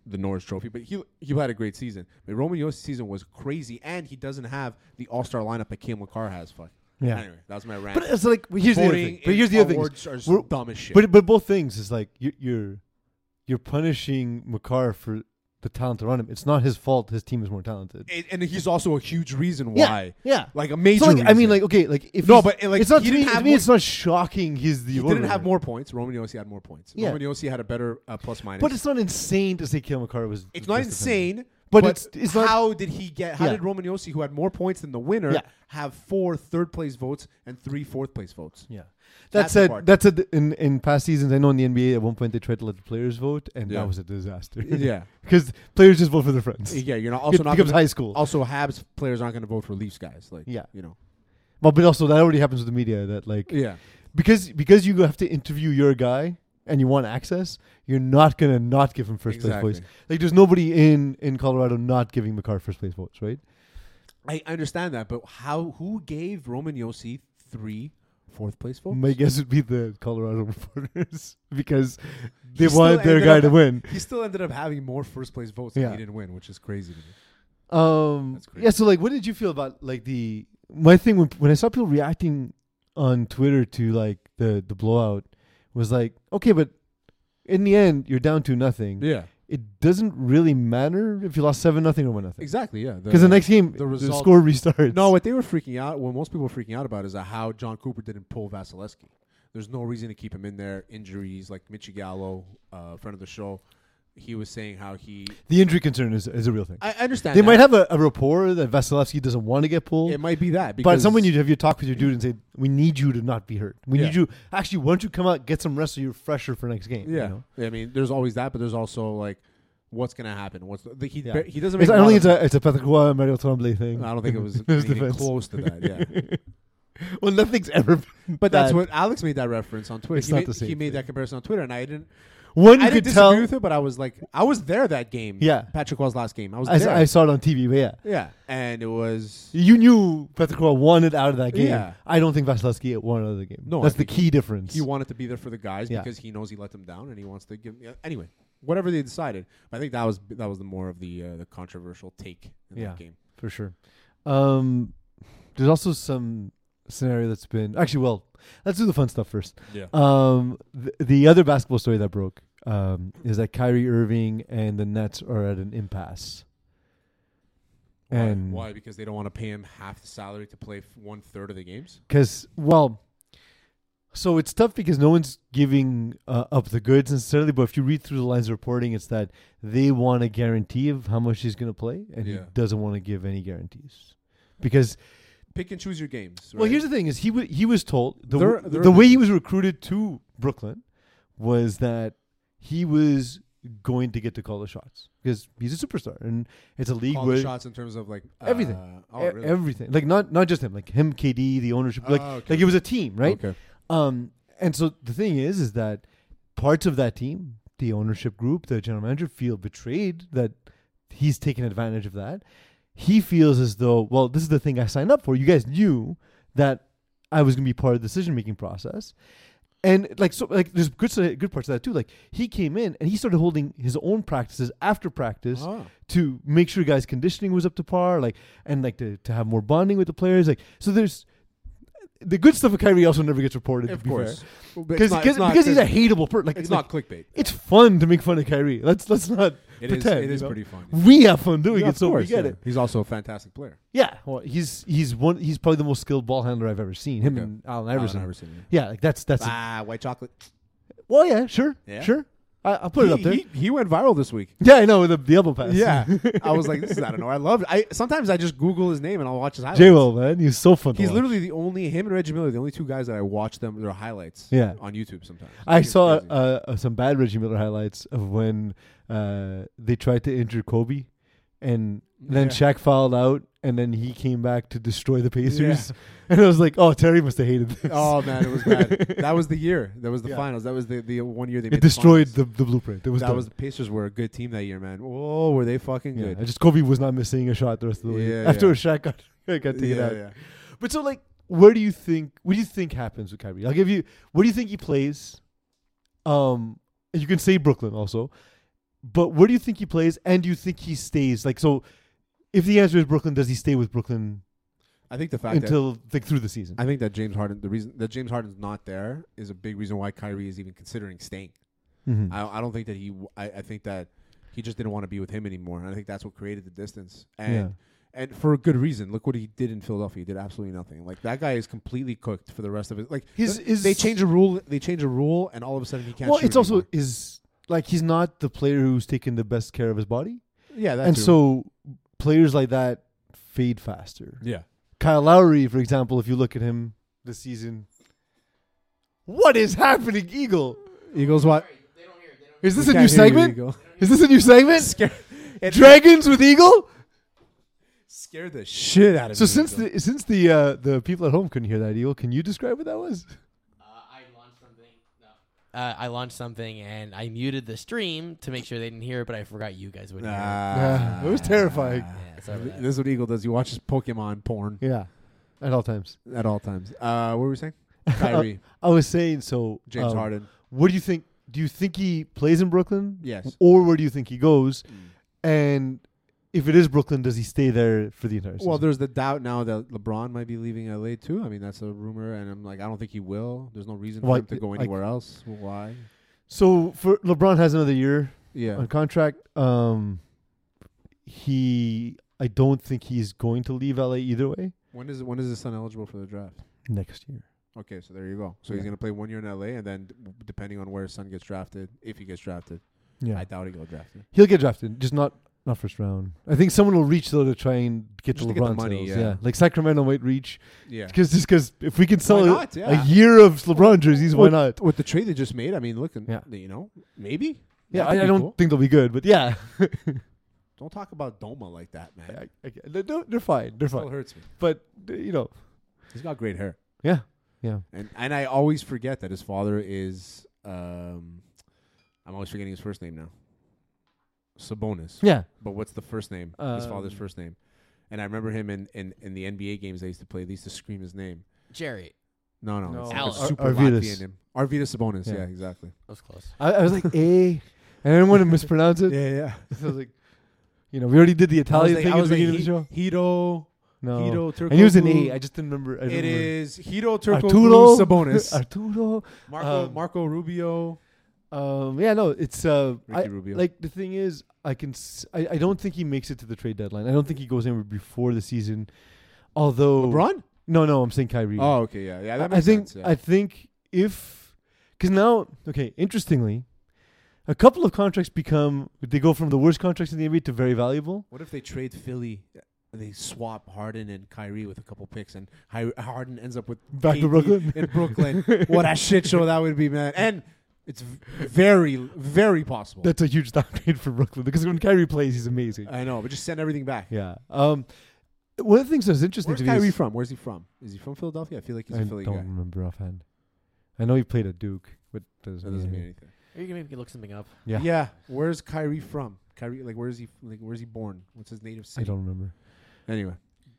S3: the Norris Trophy, but he he had a great season. But Roman Yossi's season was crazy, and he doesn't have the All Star lineup that Kale McCarr has. Fuck.
S1: Yeah.
S3: Anyway, that was my rant.
S1: But it's like well, here's the other
S3: Voting
S1: thing. But here's the other
S3: awards
S1: thing.
S3: are
S1: is
S3: s-
S1: we're-
S3: dumb as shit.
S1: But but both things is like you're you're, you're punishing Makar for the talent around him. It's not his fault. His team is more talented.
S3: and, and he's also a huge reason
S1: Yeah,
S3: why.
S1: yeah.
S3: Like a major.
S1: So like, I mean,
S3: reason.
S1: like okay, like if
S3: No,
S1: he's-
S3: but, eh, like,
S1: it's not
S3: he
S1: to me,
S3: didn't have
S1: to me
S3: more-
S1: it's not shocking. He's the
S3: He
S1: voter
S3: didn't have
S1: winner.
S3: more points. Roman Yossi had more points.
S1: Yeah.
S3: Roman Yossi had a better uh, plus minus.
S1: But it's not insane to say Kale Makar was.
S3: It's
S1: the
S3: not
S1: best defender.
S3: insane.
S1: But it's- it's not-
S3: how did he get? How
S1: Yeah.
S3: did Roman Yossi, who had more points than the winner,
S1: Yeah.
S3: have four third place votes and three fourth place votes?
S1: Yeah. That
S3: That's the
S1: said,
S3: part.
S1: that said, in in past seasons, I know in the NBA at one point they tried to let the players vote, and
S3: Yeah.
S1: that was a disaster.
S3: Yeah.
S1: because players just vote for their friends.
S3: Yeah, you're not also
S1: it
S3: not
S1: becomes
S3: gonna-
S1: high school.
S3: Also, Habs players aren't going to vote for Leafs guys. Like,
S1: Yeah.
S3: you know,
S1: Well, but also that already happens with the media. That like
S3: yeah.
S1: because because you have to interview your guy and you want access, you're not gonna not give him first place votes.
S3: Exactly.
S1: Like there's nobody in in Colorado not giving McCarr first place votes, right?
S3: I I understand that, but how? Who gave Roman Yossi three fourth place votes?
S1: My guess would be the Colorado reporters because they
S3: He still
S1: wanted their
S3: ended
S1: guy
S3: up-
S1: to win.
S3: He still ended up having more first place votes than
S1: Yeah.
S3: he didn't win, which is crazy to me.
S1: Um,
S3: That's crazy.
S1: yeah. So like, what did you feel about like the my thing when when I saw people reacting on Twitter to like the the blowout was like, okay, but in the end, you're down to nothing.
S3: Yeah,
S1: It doesn't really matter if you lost seven nothing or one nothing.
S3: exactly. Yeah,
S1: Because the next game,
S3: the
S1: the,
S3: result-
S1: score restarts.
S3: No, what they were freaking out, what most people were freaking out about is uh, how John Cooper didn't pull Vasilevsky. There's no reason to keep him in there. Injuries like Mitchie Gallo, uh, friend of the show, he was saying how he.
S1: the injury concern is, is a real thing.
S3: I I understand
S1: they
S3: that.
S1: might have a, a rapport that Vasilevsky doesn't want to get pulled.
S3: It might be that,
S1: but
S3: because
S1: someone you have you talk with your dude and say, "We need you to not be hurt. We
S3: Yeah.
S1: need you actually. Why don't you come out, get some rest, so you're fresher for next game." you
S3: Yeah,
S1: know?
S3: I mean, there's always that, but there's also like, what's gonna happen? What's the, he?
S1: Yeah.
S3: ba- He doesn't.
S1: It's-
S3: Make
S1: I don't think it's
S3: lot
S1: a it's a Patrick Roy, Mario Tremblay
S3: of-
S1: thing.
S3: I don't think it was
S1: in his
S3: anything
S1: defense.
S3: close to that. Yeah,
S1: Well, nothing's ever. been
S3: but that's
S1: bad.
S3: what Alex made that reference on Twitter.
S1: It's
S3: he
S1: not
S3: made,
S1: the same
S3: he made
S1: thing.
S3: that comparison on Twitter, and I didn't.
S1: one you
S3: I didn't
S1: could
S3: disagree
S1: tell.
S3: with it, but I was like, I was there that game.
S1: Yeah.
S3: Patrick Wall's last game. I was
S1: I, s-
S3: there.
S1: I saw it on TV, but yeah,
S3: Yeah, and it was
S1: you knew Patrick Roy wanted out of that game.
S3: Yeah.
S1: I don't think Vasilevsky won out of the game.
S3: No, I
S1: that's the
S3: think
S1: key difference.
S3: he wanted to be there for the guys
S1: Yeah.
S3: because he knows he let them down and he wants to give. yeah, Anyway, whatever they decided, I think that was that was the more of the uh, the controversial take in
S1: Yeah.
S3: that game.
S1: for sure. Um, there's also some scenario that's been actually well. Let's do the fun stuff first.
S3: Yeah,
S1: Um, th- the other basketball story that broke um, is that Kyrie Irving and the Nets are at an impasse.
S3: why?
S1: and-
S3: why? Because they don't want to pay him half the salary to play f- one third of the games.
S1: Because well, so it's tough because no one's giving uh, up the goods necessarily. But if you read through the lines of reporting, it's that they want a guarantee of how much he's going to play, and he
S3: Yeah.
S1: doesn't want to give any guarantees because
S3: Pick and choose your games.
S1: Well,
S3: right?
S1: here's the thing: is he wa he was told the
S3: They're-
S1: w-
S3: they're-
S1: the way he was recruited to Brooklyn was that he was going to get to call the shots because he's a superstar and it's a league
S3: All the
S1: where
S3: shots in terms of like uh,
S1: Everything.
S3: Oh,
S1: e-
S3: really?
S1: everything like not not just him like him KD the ownership like
S3: Ah, okay.
S1: like it was a team right
S3: Okay.
S1: um and so the thing is is that parts of that team the ownership group the general manager feel betrayed that he's taken advantage of that he feels as though, well, this is the thing I signed up for. You guys knew that I was going to be part of the decision making process. And like so, like there's good side- good parts of that too. Like he came in and he started holding his own practices after practice
S3: Ah.
S1: to make sure guys' conditioning was up to par, like and like to, to have more bonding with the players. Like so, there's the good stuff of Kyrie also never gets reported.
S3: Of
S1: to be fair.
S3: course, Well, but
S1: because
S3: it's not-
S1: because
S3: it's not-
S1: because he's a hateable person. Like
S3: It's
S1: like,
S3: not clickbait.
S1: It's fun to make fun of Kyrie. Let's let's not
S3: It is.
S1: pretend.
S3: It
S1: you
S3: is
S1: know?
S3: pretty funny.
S1: We have fun doing
S3: Yeah,
S1: it,
S3: of
S1: so we
S3: course,
S1: get
S3: yeah.
S1: it.
S3: He's also a fantastic player.
S1: Yeah, well, he's he's one. He's probably the most skilled ball handler I've ever seen. Him
S3: Okay.
S1: and Allen Iverson.
S3: Allen Iverson, yeah.
S1: Yeah, like that's that's. a-
S3: Uh, Ah, white chocolate.
S1: well, yeah, sure,
S3: Yeah.
S1: sure. I, I'll put it up there.
S3: He, he went viral this week.
S1: yeah, I know the the elbow pass.
S3: I was like, this is I don't know. I love. I sometimes I just Google his name and I'll watch his highlights.
S1: J Will, man, he's so fun. to
S3: He's
S1: watch.
S3: literally the only him and Reggie Miller, are the only two guys that I watch them their highlights.
S1: Yeah.
S3: on YouTube sometimes.
S1: I
S3: It's
S1: saw
S3: crazy.
S1: uh, uh, some bad Reggie Miller highlights of when uh, they tried to injure Kobe, and then
S3: Yeah.
S1: Shaq fouled out, and then he came back to destroy the Pacers. And I was like, oh, Terry must have hated this.
S3: Oh man, it was bad. that was the year. That was the
S1: Yeah.
S3: finals. That was the, the one year they
S1: it
S3: made
S1: destroyed
S3: The
S1: the, the blueprint. It was
S3: finals. that
S1: done.
S3: was the Pacers were a good team that year, man. Whoa, were they fucking
S1: Yeah,
S3: good?
S1: just Kobe was not missing a shot the rest of the way
S3: Yeah,
S1: after
S3: yeah.
S1: Shaq got got taken
S3: yeah,
S1: out.
S3: yeah.
S1: But so like where do you think what do you think happens with Kyrie? I'll give you what do you think he plays? Um you can say Brooklyn also. But where do you think he plays and do you think he stays? Like so if the answer is Brooklyn, does he stay with Brooklyn
S3: I think the fact that
S1: until like through the season?
S3: I think that James Harden, the reason that James Harden's not there, is a big reason why Kyrie is even considering staying.
S1: Mhm.
S3: I, I don't think that he. w- I, I think that he just didn't want to be with him anymore, and I think that's what created the distance. And and for a good reason. Look what he did in Philadelphia. He did absolutely nothing. Like that guy is completely cooked for the rest of his. Like
S1: His-
S3: th-
S1: his-
S3: they change a rule. They change a rule, and all of a sudden he can't.
S1: well,
S3: shoot
S1: it's also
S3: anymore.
S1: is like he's not the player who's taken the best care of his body,
S3: yeah, that
S1: and
S3: too.
S1: so players like that fade faster.
S3: yeah.
S1: Kyle Lowry, for example, if you look at him this season, what is happening, Eagle?
S3: Eagles what?
S1: Is this
S3: We
S1: a new
S3: can't hear you,
S1: segment?
S3: Eagle.
S1: Is this a new segment?
S3: Scared, it
S1: Dragons with Eagle.
S3: scared the shit out of
S1: So
S3: me.
S1: since
S3: Eagle.
S1: the since the uh, the people at home couldn't hear that Eagle, can you describe what that was?
S2: Uh, I launched something. No. Uh, I launched something and I muted the stream to make sure they didn't hear it, but I forgot you guys would hear it.
S1: Yeah, it was terrifying.
S2: Yeah, sorry about that.
S3: This is what Eagle does. He watches Pokemon porn
S1: Yeah, at all times.
S3: at all times. Uh, what were we saying? Kyrie,
S1: I was saying so.
S3: James
S1: um,
S3: Harden.
S1: What do you think? Do you think he plays in Brooklyn?
S3: Yes.
S1: Or where do you think he goes? And if it is Brooklyn, does he stay there for the entire season?
S3: Well, there's the doubt now that LeBron might be leaving LA too. I mean, that's a rumor, and I'm like, I don't think he will. There's no reason
S1: Why-
S3: for him to go
S1: like-
S3: anywhere else. Why?
S1: so for LeBron has another year
S3: Yeah.
S1: on contract. Um, he, I don't think he's going to leave LA either way
S3: When is when is his son eligible for the draft?
S1: next year.
S3: Okay, so there you go. So he's
S1: Yeah.
S3: gonna play one year in LA, and then d- depending on where his son gets drafted, if he gets drafted,
S1: Yeah,
S3: I doubt he will drafted.
S1: he'll get drafted, just not not first round. I think someone will reach though to try and get
S3: Just
S1: the
S3: to
S1: LeBron
S3: get the money,
S1: sales.
S3: yeah.
S1: like Sacramento might reach
S3: Yeah.
S1: because just because if we can sell
S3: not?
S1: a
S3: Yeah.
S1: year of LeBron jerseys, why not?
S3: With the trade they just made, I mean, look,
S1: Yeah.
S3: yeah. you know, maybe.
S1: Yeah,
S3: That'd
S1: I, I
S3: be
S1: don't
S3: cool.
S1: think they'll be good, but yeah,
S3: Don't talk about Doma like that, man.
S1: I, I, they're, they're fine. They're
S3: Still
S1: fine.
S3: hurts me.
S1: But uh, you know,
S3: He's got great hair.
S1: yeah, yeah.
S3: And and I always forget that his father is um I'm always forgetting his first name now. Sabonis.
S1: Yeah.
S3: But what's the first name? his father's
S1: Um,
S3: first name. And I remember him in, in, in the NBA games they used to play, they used to scream his name.
S2: Jerry.
S3: No, no, it's
S2: No.
S3: like a
S2: Ar-
S3: super
S1: Arvydas.
S3: Latvian name. Arvidas Sabonis,
S1: Yeah.
S3: yeah. exactly.
S2: That was close.
S1: I, I was like, eh. I didn't want to mispronounce it.
S3: yeah.
S1: So I was like, you know, we already did the Italian thing at the beginning of the show.
S3: Hito,
S1: No.
S3: Hito, Turco.
S1: and he was an A. I just didn't remember. I
S3: it
S1: didn't remember.
S3: is Hito, Turco,
S1: Arturo
S3: Sabonis,
S1: Arturo.
S3: Marco,
S1: um,
S3: Marco Rubio,
S1: Um, yeah, no, it's uh,
S3: Ricky
S1: I,
S3: Rubio.
S1: like the thing is, I can, s- I, I don't think he makes it to the trade deadline. I don't think he goes anywhere before the season. Although
S3: LeBron?
S1: no, no, I'm saying Kyrie.
S3: Oh, okay, yeah, yeah. That
S1: I
S3: makes
S1: think
S3: sense, yeah.
S1: I think if because now okay, interestingly, a couple of contracts become they go from the worst contracts in the NBA to very valuable.
S3: What if they trade Philly? and They swap Harden and Kyrie with a couple picks, and Hy- Harden ends up with
S1: Back to
S3: KD
S1: Brooklyn?
S3: In Brooklyn, what a shit show that would be, man! And it's v- very, very possible.
S1: That's a huge downgrade for Brooklyn because when Kyrie plays, he's amazing.
S3: I know, but just send everything back.
S1: Yeah. Um, one of the things that's interesting
S3: Where's
S1: to me
S3: Kyrie
S1: is,
S3: from? Where's he from? Is he from Philadelphia? I feel like he's
S1: I
S3: a
S1: don't
S3: Philly guy.
S1: remember offhand. I know he played at Duke, but doesn't,
S3: That doesn't
S1: mean
S3: mean
S1: anything.
S3: anything.
S2: Are you gonna make me look something up?
S1: Yeah.
S3: Yeah. Where's Kyrie from? Kyrie, like, where's he? Like, where's he born? What's his native
S1: I
S3: city?
S1: don't remember.
S3: Anyway,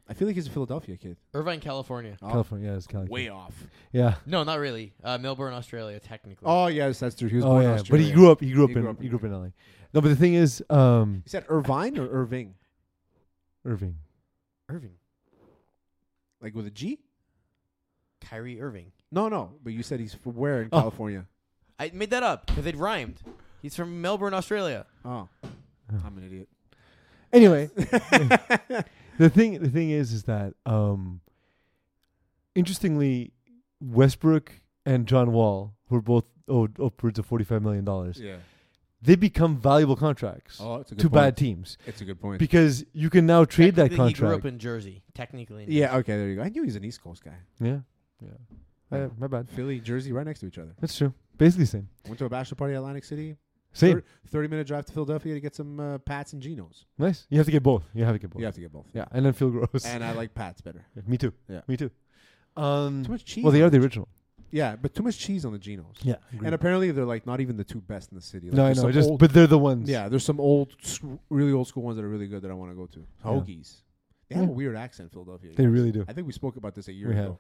S3: I feel like he's a Philadelphia kid.
S2: Irvine, California.
S3: Oh,
S1: California, yeah, it's California.
S3: Way off.
S1: Yeah.
S2: No, not really. Uh, Melbourne, Australia, technically.
S3: Oh yes, that's true. He was
S1: Oh
S3: born
S1: yeah,
S3: in
S1: but
S3: Australia.
S1: he grew up. He grew up
S3: He
S1: in.
S3: grew up in
S1: he grew up in LA. No, but the thing is, um,
S3: Is that Irvine or Irving?
S1: Irving.
S2: Irving.
S3: Like with a G?
S2: Kyrie Irving.
S3: No, no. But you said he's from where in
S1: Oh.
S3: California?
S2: I made that up because it rhymed. He's from Melbourne, Australia.
S3: Oh. I'm an idiot.
S1: Anyway, the thing the thing is is that um, interestingly, Westbrook and John Wall were both owed upwards of forty five million dollars.
S3: Yeah.
S1: They become valuable contracts
S3: Oh, it's a good
S1: to
S3: point.
S1: bad teams
S3: It's a good point.
S1: because you can now trade that
S2: Technically, He grew up
S1: contract.
S2: in Jersey, technically. in
S3: yeah, okay, there you go. I knew he's an East Coast guy.
S1: Yeah, yeah. Uh, my bad.
S3: Philly, Jersey, right next to each other.
S1: That's true. Basically same.
S3: Went to a bachelor party at Atlantic City.
S1: Same.
S3: Thir- 30 minute drive to Philadelphia to get some uh, Pats and Genos.
S1: Nice. You have to get both. You have to get both.
S3: You have to get both.
S1: Yeah, and then feel gross.
S3: And I like Pats better.
S1: Yeah, me too.
S3: Yeah.
S1: Me too. Um,
S3: Too much cheese.
S1: well, they
S3: on
S1: are the
S3: it.
S1: original.
S3: Yeah, but too much cheese on the Genos.
S1: Yeah.
S3: And apparently they're like not even the two best in the city. Like,
S1: no, I
S3: there's
S1: know.
S3: some
S1: Just,
S3: old-
S1: but they're the ones.
S3: Yeah, there's some old, s- really old school ones that are really good that I want to go to. Hoagies. They have
S1: Yeah.
S3: a weird accent, Philadelphia.
S1: They really do.
S3: I think we spoke about this a year
S1: We
S3: ago.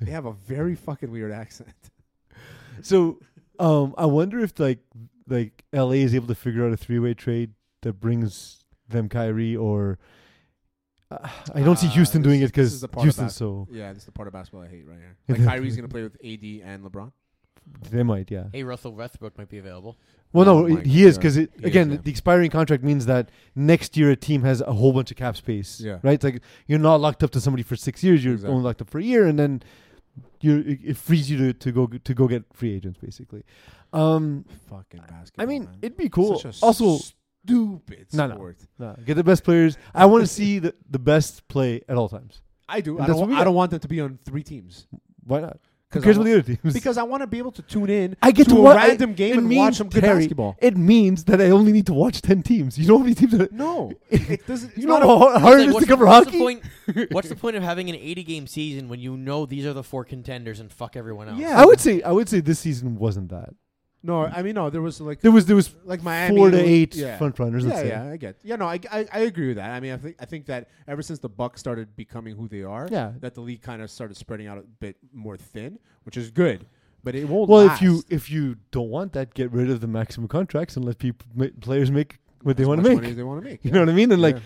S1: have.
S3: They have a very fucking weird accent.
S1: So um, I wonder if like like LA is able to figure out a three way trade that brings them Kyrie or uh, I don't see
S3: Ah,
S1: Houston
S3: this-
S1: doing it
S3: this
S1: because
S3: is the part
S1: Houston's so
S3: about- Yeah, this is the part of basketball I hate right here. Like Kyrie's gonna play with AD and LeBron.
S1: they might yeah.
S2: Hey, Russell Westbrook might be available.
S1: Well,
S3: Oh
S1: no,
S3: my
S1: he is
S3: God.
S1: because
S3: He is,
S1: again
S3: yeah.
S1: the expiring contract means that next year a team has a whole bunch of cap space.
S3: Yeah.
S1: right. It's like you're not locked up to somebody for six years. You're
S3: Exactly.
S1: only locked up for a year, and then you it, it frees you to, to go to go get free agents basically. Um,
S3: Fucking basketball.
S1: I mean,
S3: man.
S1: it'd be cool.
S3: Such a
S1: Also,
S3: stupid
S1: No, no.
S3: sport.
S1: Nah, get the best players. I want to see the, the best play at all times.
S3: I do.
S1: And
S3: I
S1: that's
S3: don't,
S1: what
S3: wa-
S1: we
S3: I
S1: got.
S3: don't want them to be on three teams
S1: Why not?
S3: 'Cause
S1: Who cares
S3: I
S1: what the other teams?
S3: because I want to be able to tune in
S1: I get
S3: to,
S1: to
S3: a
S1: wa- I-
S3: random
S1: it
S3: game and watch
S1: means,
S3: some good
S1: Terry,
S3: basketball.
S1: It means that I only need to watch ten teams. You know how many teams? Are,
S3: No, it doesn't. It's
S1: you know
S3: not
S1: how
S3: a-
S1: hard it
S2: It's like,
S1: is
S2: what's
S1: to
S2: the-
S1: cover
S2: what's
S1: hockey.
S2: The point, what's the point of having an 80 game season when you know these are the four contenders and fuck everyone else?
S3: Yeah.
S1: I would say I would say this season wasn't that.
S3: no, I mean, no. There was like
S1: There was there was
S3: like Miami
S1: four to
S3: was-
S1: eight
S3: yeah.
S1: front runners.
S3: Yeah,
S1: let's
S3: yeah, I get. Yeah, no, I, I, I agree with that. I mean, I think I think that ever since the Bucks started becoming who they are,
S1: say. yeah.
S3: that the league kind of started spreading out a bit more thin, which is good. But it won't.
S1: Well,
S3: last.
S1: if you if you don't want that, get rid of the maximum contracts and let people ma- players make what they
S3: As
S1: want
S3: much
S1: to
S3: money as
S1: make.
S3: they want to make.
S1: You know what I mean? And like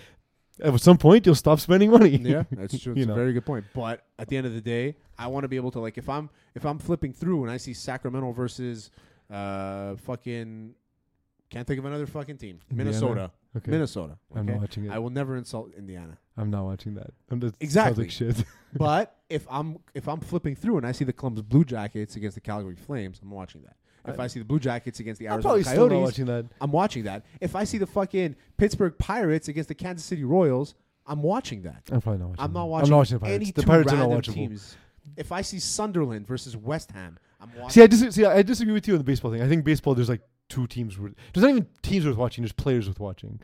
S1: at some point, you'll stop spending money.
S3: yeah, that's true.
S1: You
S3: It's a
S1: know.
S3: very good point. But at the end of the day, I want to be able to like if I'm if I'm flipping through and I see Sacramento versus uh fucking can't think of another fucking team
S1: Indiana.
S3: Minnesota
S1: Okay.
S3: Minnesota.
S1: I'm not
S3: okay?
S1: watching it.
S3: I will never insult Indiana.
S1: I'm not watching that. I'm just
S3: Exactly.
S1: Celtic shit.
S3: But if I'm if I'm flipping through and I see the Columbus Blue Jackets against the Calgary Flames, I'm watching that. If
S1: I-
S3: I, see the Blue Jackets against the
S1: I'm
S3: Arizona
S1: probably still not
S3: Coyotes,
S1: watching that.
S3: I'm watching that. If I see the fucking Pittsburgh Pirates against the Kansas City Royals, I'm watching that.
S1: I'm probably not watching.
S3: I'm
S1: that.
S3: not watching,
S1: I'm not watching the Pirates.
S3: any
S1: the
S3: two
S1: Pirates are not
S3: random
S1: watchable.
S3: teams. If I see Sunderland versus West Ham, I'm watching.
S1: See, I dis- see, I disagree with you on the baseball thing. I think baseball there's like two teams. Worth- there's not even teams worth watching. There's players worth watching.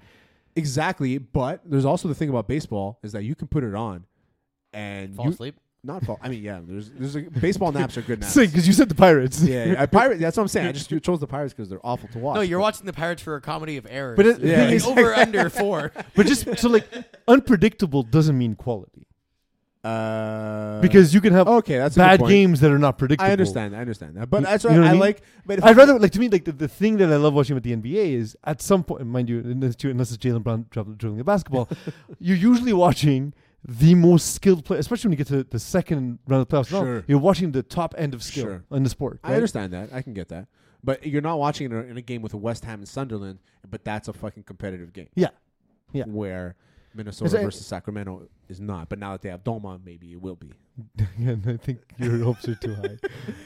S3: exactly, but there's also the thing about baseball is that you can put it on and
S2: Fall
S3: you-
S2: asleep.
S3: not fall. I mean, yeah, there's there's a, baseball naps are good naps.
S1: because you said the Pirates.
S3: yeah, yeah, I- pirate. That's what I'm saying. I just chose the Pirates because they're awful to watch.
S2: No, you're
S3: but-
S2: watching the Pirates for a comedy of errors.
S1: But it-
S3: Yeah,
S2: Like,
S1: exactly.
S2: over under four.
S1: but just so like unpredictable doesn't mean quality
S3: uh,
S1: because you can have
S3: okay, that's a good
S1: bad
S3: point.
S1: games that are not predictable.
S3: I understand. I understand that, but
S1: You-
S3: that's
S1: you
S3: what
S1: know what
S3: I
S1: I mean?
S3: like. But if
S1: I'd rather like to me like the, the thing that I love watching with the NBA is at some point, mind you, unless, you, unless it's Jalen Brown dribbling dribbling the basketball, you're usually watching the most skilled player, especially when you get to the second round of the playoffs. No,
S3: Sure.
S1: you're watching the top end of skill
S3: Sure.
S1: in the sport.
S3: I
S1: right?
S3: understand that. I can get that. But you're not watching it in a game with West Ham and Sunderland, but that's a fucking competitive game.
S1: Yeah. Yeah.
S3: Where
S1: Is
S3: Minnesota
S1: it-
S3: versus Sacramento is not. But now that they have Doma, maybe it will be.
S1: and I think your hopes are too high.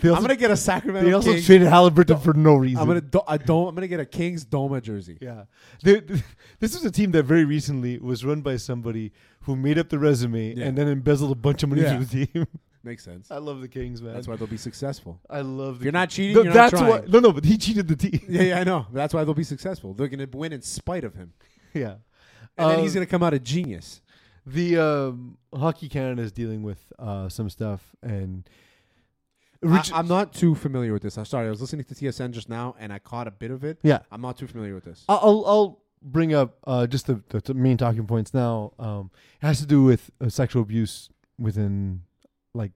S1: They also,
S3: I'm gonna get a Sacramento.
S1: they also
S3: Kings-
S1: traded Halliburton for no reason.
S3: I'm gonna do, I don't, I'm gonna get a Kings Doma jersey.
S1: Yeah. They, th- this was a team that very recently was run by somebody who made up the resume
S3: Yeah.
S1: and then embezzled a bunch of money
S3: Yeah.
S1: to the team.
S3: Makes sense.
S1: I love the Kings, man.
S3: That's why they'll be successful.
S1: I love
S3: If
S1: the
S3: you're not cheating,
S1: No,
S3: you're
S1: that's
S3: not
S1: why.
S3: trying.
S1: No, no, but he cheated the team.
S3: Yeah, yeah, I know. That's why they'll be successful. They're gonna win in spite of him,
S1: yeah.
S3: and then he's
S1: Um,
S3: gonna come out a genius.
S1: The um, Hockey Canada is dealing with uh, some stuff, and Rich-
S3: I, am not too familiar with this. I'm sorry. I was listening to TSN just now, and I caught a bit of it.
S1: yeah,
S3: I'm not too familiar with
S2: Oh,
S3: this.
S1: I'll- I'll I'll bring up uh, just the, the, the main talking points now. Um, it has to do with uh, sexual abuse within like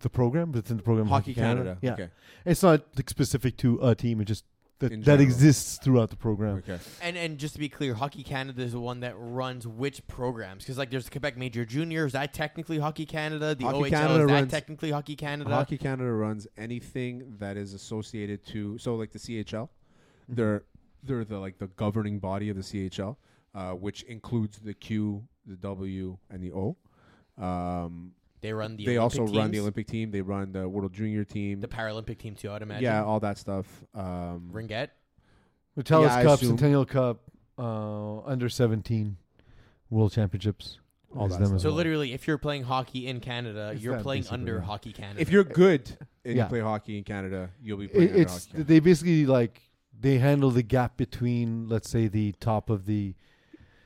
S1: the program within the program of
S3: Hockey Canada.
S1: Yeah,
S3: Okay.
S1: it's not like, specific to a team. It just
S3: In
S1: that, that
S3: general.
S1: exists throughout the program.
S3: Okay.
S2: And and just to be clear, Hockey Canada is the one that runs which programs? Because like there's the Quebec Major Junior. Is that technically Hockey Canada? The
S3: Hockey
S2: OHL
S3: Canada
S2: is that
S3: runs-
S2: technically Hockey Canada?
S3: Hockey Canada runs anything that is associated to so like the CHL.
S2: Mm-hmm.
S3: They're they're the like the governing body of the CHL, uh, which includes the Q, the W, and the O. Um,
S2: they run the
S3: they
S2: Olympic
S3: also run the
S2: teams,
S3: Olympic team. They run the World Junior team.
S2: the Paralympic team too. I'd imagine.
S3: yeah, all that stuff. Um,
S2: Ringette.
S1: Metellus
S3: Yeah, I
S1: Cup,
S3: assume-
S1: Centennial Cup, uh, under seventeen World Championships.
S3: All
S1: is
S3: that
S1: them
S3: stuff.
S1: as
S2: So
S1: well.
S2: literally, if you're playing hockey in Canada,
S1: It's
S2: you're
S1: that
S2: playing
S1: basically,
S2: under
S1: yeah.
S2: Hockey Canada.
S3: if you're good and
S1: Yeah.
S3: you play hockey in Canada, you'll be playing
S1: It-
S3: under
S1: it's
S3: Hockey Canada.
S1: they basically like they handle the gap between let's say the top of the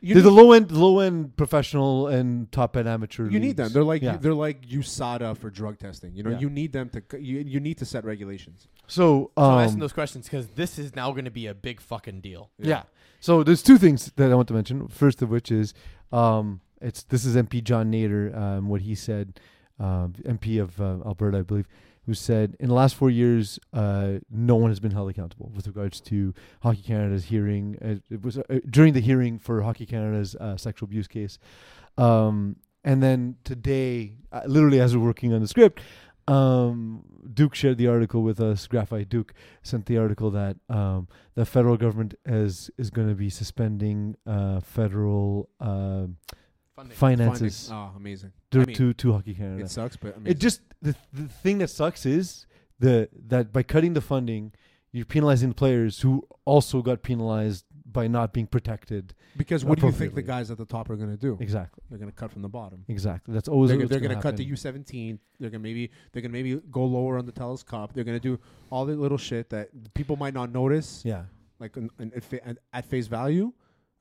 S3: You
S1: They're
S3: need-
S1: the low end, low end professional and top end amateur.
S3: You need them.
S1: leagues.
S3: They're like
S1: Yeah.
S3: they're like USADA for drug testing. You know,
S1: Yeah.
S3: you need them to c- you, you need to set regulations.
S1: so.
S2: so I'm asking
S1: Um,
S2: those questions because this is now going to be a big fucking deal.
S1: yeah. So there's two things that I want to mention. First of which is, um, it's this is MP John Nader. Um, what he said um, MP of uh, Alberta, I believe, who said in the last four years, uh, no one has been held accountable with regards to Hockey Canada's hearing. Uh, it was uh, during the hearing for Hockey Canada's uh, sexual abuse case, um, and then today, uh, literally as we're working on the script, um, Duke shared the article with us. Graphite Duke sent the article that um, the federal government is is going to be suspending uh, federal uh,
S2: Funding.
S1: finances
S3: Funding. Oh, amazing.
S1: to,
S3: I mean,
S1: to to Hockey Canada.
S3: It sucks, but
S1: It
S3: amazing.
S1: just the the thing that sucks is the that by cutting the funding, you're penalizing the players who also got penalized by not being protected.
S3: because what do you think the
S1: appropriately.
S3: guys at the top are going to do?
S1: Exactly,
S3: They're going to cut from the bottom.
S1: exactly. That's always
S3: They're,
S1: what's
S3: they're
S1: gonna
S3: going to cut the
S1: happen.
S3: U17. They're going to maybe they're going to maybe go lower on the Telus Cup. They're going to do all the little shit that people might not notice,
S1: Yeah,
S3: like in, in, at fa- at- at face value.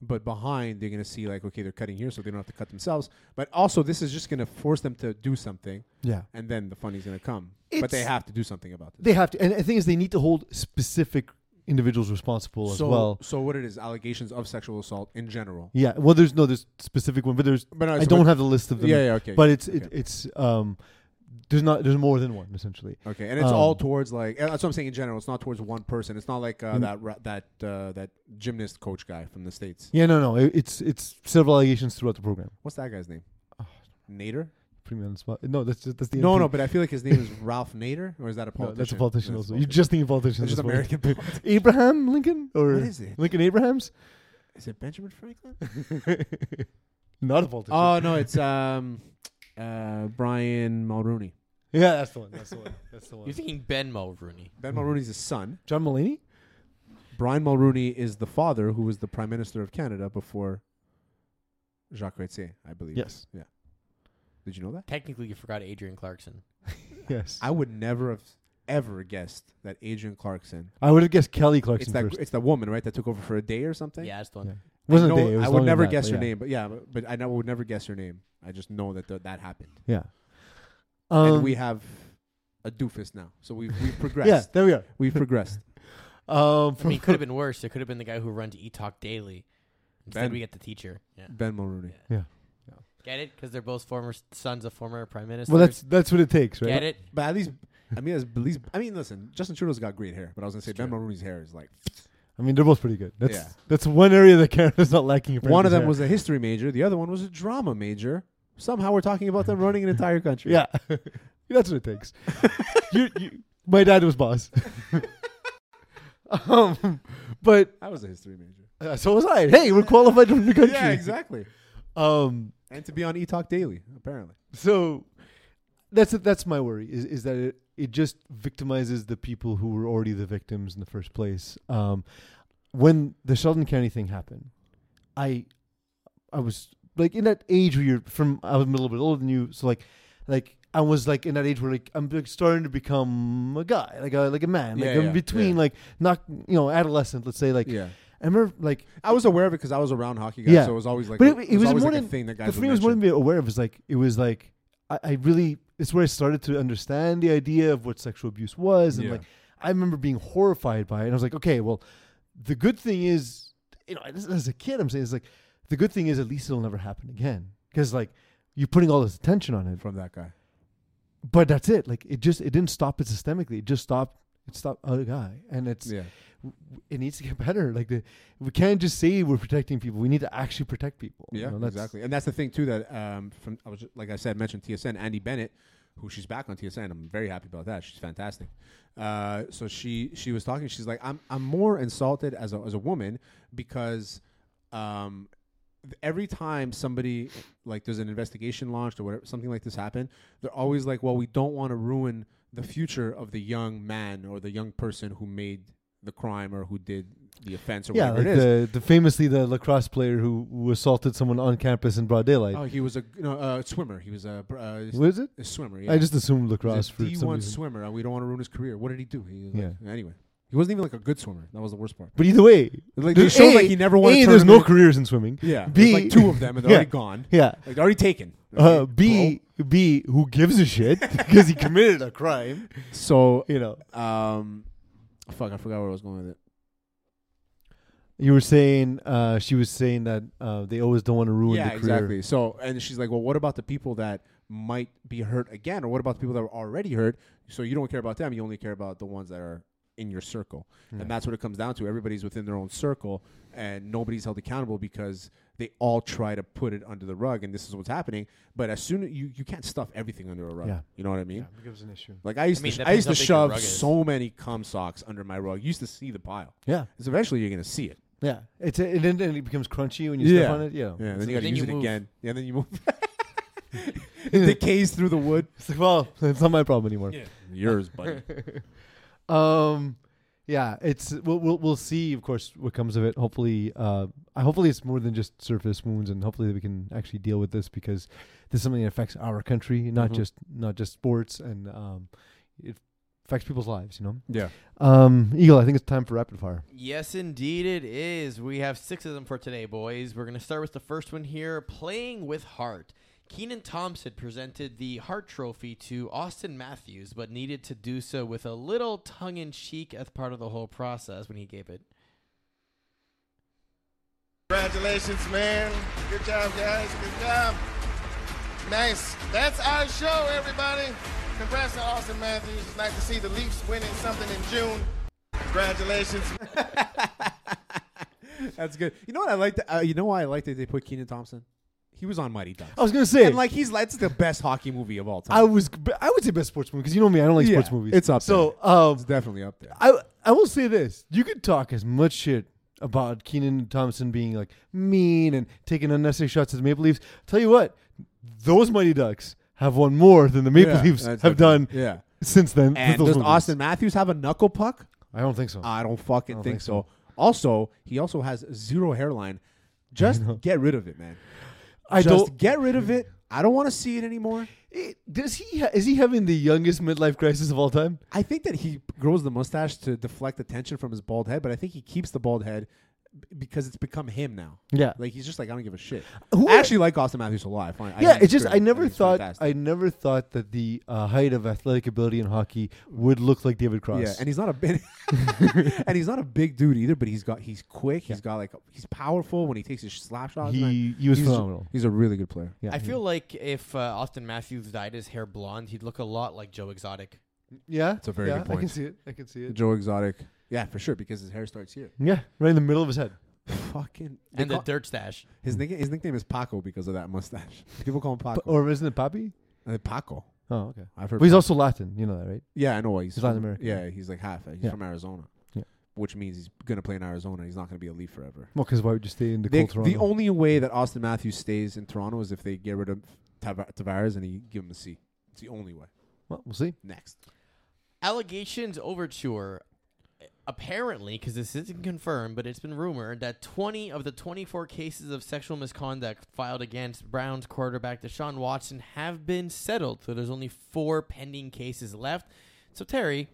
S3: But behind, they're going to see like, okay, they're cutting here, so they don't have to cut themselves. But also, this is just going to force them to do something,
S1: yeah.
S3: and then the funding's going to come. but they
S1: It's-
S3: have to do something about this.
S1: They have to, and the thing is, they need to hold specific individuals responsible as
S3: so,
S1: well.
S3: so what it is? Allegations of sexual assault in general.
S1: Yeah. Well, there's no there's specific one, but there's
S3: But
S1: I don't have the list of them.
S3: Yeah, yeah, okay.
S1: But it's it,
S3: Okay.
S1: it's um there's not there's more than one essentially.
S3: Okay, and it's all
S1: Um,
S3: towards like uh, that's what I'm saying in general. It's not towards one person. It's not like uh,
S1: Mm.
S3: that ra- that uh, that gymnast coach guy from the states.
S1: Yeah, no, no. It, it's it's several allegations throughout the program.
S3: What's that guy's name?
S1: Oh.
S3: Nader?
S1: Putting me on the spot. No, that's just, that's the
S3: No,
S1: MP.
S3: no, but I feel like his name is Ralph Nader, or is that a
S1: No,
S3: politician?
S1: that's a politician
S3: That's
S1: also.
S3: a
S1: You're just thinking politicians.
S3: It's just
S1: this morning.
S3: American. politics.
S1: Abraham Lincoln or
S3: what is it?
S1: Lincoln Abrahams?
S3: Is it Benjamin Franklin?
S1: Not a politician.
S3: oh no, it's um, uh, Brian Mulrooney.
S1: yeah, that's the one. That's the one. That's the one.
S2: You're thinking Ben Mulrooney.
S3: Ben
S1: Hmm.
S3: Mulrooney's his son.
S1: John Mulaney?
S3: Brian Mulrooney is the father, who was the prime minister of Canada before Jacques Cartier, I believe.
S1: Yes.
S3: Yeah. Did you know that?
S2: Technically, you forgot Adrian Clarkson.
S1: Yes.
S3: I would never have ever guessed that Adrian Clarkson.
S1: I would have guessed Kelly Clarkson
S3: it's that
S1: first.
S3: it's that woman, right? That took over for a day or something.
S2: Yeah, that's the one.
S1: Yeah.
S3: I
S1: Wasn't
S3: know-
S1: a day. It was
S3: I
S1: longer
S3: would
S1: than
S3: never
S1: that,
S3: guess
S1: but
S3: her
S1: yeah.
S3: name, but yeah, but, but I know, would never guess her name. I just know that th- that happened,
S1: Yeah.
S3: and
S1: Um,
S3: we have a doofus now. So we've we've
S1: yeah,
S3: progressed.
S1: there we are.
S3: We've progressed.
S1: Um,
S2: I mean, it could have been worse. It could have been the guy who runs E-Talk Daily. Instead,
S3: Ben.
S2: we get the teacher. Yeah.
S3: Ben Mulrooney.
S2: Get it? Because they're both former s- sons of former prime ministers.
S1: well, that's that's what it takes, right?
S2: Get it?
S3: But at least. I mean, as at least I mean, listen. Justin Trudeau's got great hair, but I was gonna say
S2: It's
S3: Ben
S2: true.
S3: Mulrooney's hair is like
S1: I mean, they're both pretty good. That's
S3: Yeah.
S1: that's one area that Canada's not lacking. apparently,
S3: one of
S1: is
S3: them
S1: hair.
S3: was a history major, the other one was a drama major. Somehow we're talking about them running an entire country.
S1: yeah. that's what it takes. you, you, my dad was boss. um, but
S3: I was a history major.
S1: uh, so was I. Hey, we're qualified to run the country.
S3: Yeah, exactly.
S1: Um,
S3: and to be on eTalk Daily, apparently.
S1: so that's that's my worry is is that it, it just victimizes the people who were already the victims in the first place. Um, when the Sheldon County thing happened, I I was like in that age where you're from. I was a little bit older than you, so like like. I was like in that age where like I'm like, starting to become a guy, like a like a man, like
S3: Yeah,
S1: I'm
S3: yeah,
S1: between
S3: yeah.
S1: like not you know adolescent, let's say like
S3: yeah,
S1: I remember like
S3: I was aware of it because I was around hockey guys,
S1: Yeah.
S3: so it was always like,
S1: But
S3: a-
S1: it- it was
S3: always
S1: more
S3: like a
S1: than-
S3: thing that guys.
S1: the
S3: would
S1: thing I was more
S3: mention.
S1: than being aware of is like it was like I, I really it's where I started to understand the idea of what sexual abuse was and
S3: Yeah.
S1: like I remember being horrified by it and I was like okay well the good thing is you know as, as a kid I'm saying it's like the good thing is at least it'll never happen again because like you're putting all this attention on it
S3: from that guy.
S1: but that's it like it just it didn't stop it systemically it just stopped it stopped a guy and it's
S3: Yeah,
S1: it needs to get better like the, we can't just say we're protecting people we need to actually protect people you
S3: yeah,
S1: know, that's-
S3: exactly. And that's the thing too that um, from I was ju- like I said mentioned TSN Andy Bennett, who she's back on TSN. I'm very happy about that. She's fantastic. Uh, so she she was talking. She's like, I'm I'm more insulted as a as a woman because um, th- every time somebody like there's an investigation launched or whatever something like this happened they're always like well we don't want to ruin the future of the young man or the young person who made the crime or who did the offense or
S1: yeah,
S3: whatever
S1: like
S3: it is
S1: the, the famously the lacrosse player who, who assaulted someone on campus in broad daylight.
S3: oh he was a no, uh, swimmer he was a, br- uh,
S1: what is it?
S3: a swimmer yeah.
S1: I just assumed
S3: He
S1: lacrosse
S3: was a
S1: for some
S3: D1
S1: reason.
S3: swimmer and we don't want to ruin his career what did he do he was like, anyway he wasn't even like a good swimmer that was the worst part
S1: but either way,
S3: like they
S1: there's-
S3: showed
S1: A,
S3: like he never wanted
S1: A,
S3: to
S1: there's no careers in swimming.
S3: yeah
S1: B-
S3: there's like two of them and they're
S1: Yeah.
S3: already gone
S1: Yeah.
S3: like they're already taken
S1: Uh,
S3: Okay,
S1: B B who gives a shit because he committed a crime.
S3: bro. so
S1: You know,
S3: Um, fuck, I forgot where I was going with it.
S1: you were saying uh, she was saying that uh, they always don't want to ruin
S3: yeah,
S1: the career.
S3: exactly. So, and she's like, "Well, what about the people that might be hurt again, or what about the people that were already hurt? So you don't care about them; you only care about the ones that are in your circle, and that's what it comes down to. Everybody's within their own circle, and nobody's held accountable because they all try to put it under the rug, and this is what's happening. But as soon as you you can't stuff everything under a rug,
S1: Yeah.
S3: you know what I mean?
S1: becomes an issue.
S3: Like I used
S2: I mean,
S3: to, sh- I
S2: depends
S3: used
S2: how
S3: to
S2: big your
S3: shove
S2: rug is.
S3: so many cum socks under my rug. You used to see the pile.
S1: Yeah,
S3: Because eventually you're gonna see it.
S1: yeah. It's a, and then and it becomes crunchy when you step
S3: Yeah.
S1: on it. Yeah,
S3: Yeah, and
S1: It's
S3: then you gotta
S2: Then
S3: use
S2: you
S3: it
S2: move.
S3: again. Yeah, and then you move. it decays through the wood.
S1: It's like, well, it's not my problem anymore.
S3: Yours, buddy.
S1: Um, yeah, it's we'll, we'll we'll see, of course, what comes of it. Hopefully, uh, I- hopefully it's more than just surface wounds, and hopefully we can actually deal with this because this is something that affects our country, not
S3: Mhm.
S1: just not just sports, and um, it affects people's lives. You
S3: Yeah.
S1: know, um, Eagle, I think it's time for rapid fire.
S2: Yes, indeed, it is. We have six of them for today, boys. We're going to start with the first one here Playing with Heart. Keenan Thompson presented the Hart Trophy to Austin Matthews, but needed to do so with a little tongue in cheek as part of the whole process when he gave it.
S4: Congratulations, man. Good job, guys. Good job. Nice. That's our show, everybody. Congrats to Austin Matthews. It's nice to see the Leafs winning something in June. Congratulations.
S3: That's good. You know what I like? That, uh, you know why I like that they put Keenan Thompson? He was on Mighty Ducks.
S1: I was gonna say,
S3: and like he's that's the best hockey movie of all time.
S1: Oh, I was I would say best sports movie because you know me, I don't like
S3: Yeah,
S1: sports movies.
S3: it's up
S1: So, um,
S3: it's definitely up there.
S1: I I will say this: you could talk as much shit about Keenan Thompson being like mean and taking unnecessary shots at the Maple Leafs. Tell you what, those Mighty Ducks have won more than the Maple
S3: Yeah,
S1: Leafs
S3: that's
S1: have done
S3: definitely- Yeah.
S1: since then.
S3: And
S1: those
S3: does
S1: movies.
S3: Austin Uh, Matthews have a knuckle puck?
S1: I don't think so.
S3: I don't fucking
S1: I don't
S3: think,
S1: think
S3: so.
S1: so.
S3: Also, he also has zero hairline. Just get rid of it, man.
S1: I
S3: Just
S1: don't.
S3: get rid of it. I don't want to see it anymore.
S1: It- does he? Ha- is he having the youngest midlife crisis of all time?
S3: I think that he grows the mustache to deflect attention from his bald head, but I think he keeps the bald head b- because it's become him now.
S1: Yeah.
S3: Like he's just like I don't give a shit.
S1: Who-
S3: I actually like Austin Matthews a lot. I find, I
S1: yeah,
S3: think
S1: it's
S3: he's
S1: just
S3: great.
S1: I never
S3: think he's
S1: thought
S3: fantastic.
S1: I never thought that the uh, height of athletic ability in hockey would look like David Cross.
S3: Yeah, and he's not a big, and he's not a big dude either. But he's got he's quick. He's got like he's powerful when he takes his slap shots.
S1: He-
S3: man.
S1: he was
S3: he's,
S1: phenomenal.
S3: He's a really good player.
S1: yeah,
S2: I feel like if uh, Austin Matthews dyed his hair blonde, he'd look a lot like Joe Exotic.
S1: yeah,
S3: a very
S1: yeah,
S3: good
S1: I
S3: point.
S1: can see it. I can see it.
S3: Joe Exotic. Yeah, for sure because his hair starts here.
S1: Yeah, right in the middle of his head.
S3: Fucking they
S2: And the
S3: call-
S2: dirt stash.
S3: his nick- his nickname is Paco because of that mustache. People call him Paco.
S1: Or isn't it Papi?
S3: Uh, Paco.
S1: Oh, okay.
S3: I've heard.
S1: But he's also Latin. You know that, right?
S3: Yeah, I know why he's,
S1: He's Latin
S3: from-
S1: American.
S3: Yeah, he's like half. He's
S1: Yeah.
S3: from Arizona,
S1: Yeah.
S3: which means he's gonna play in Arizona. He's not gonna be a Leaf forever.
S1: Well, because why would you stay in the
S3: They-
S1: cold Toronto?
S3: the only way that Austin Matthews stays in Toronto is if they get rid of Tav- Tavares and he give him a C. It's the only way.
S1: well, we'll see.
S3: Next,
S2: Allegations overture. Apparently, because this isn't confirmed, but it's been rumored that 20 of the 24 cases of sexual misconduct filed against Browns quarterback Deshaun Watson have been settled. So there's only four pending cases left. So, Terry,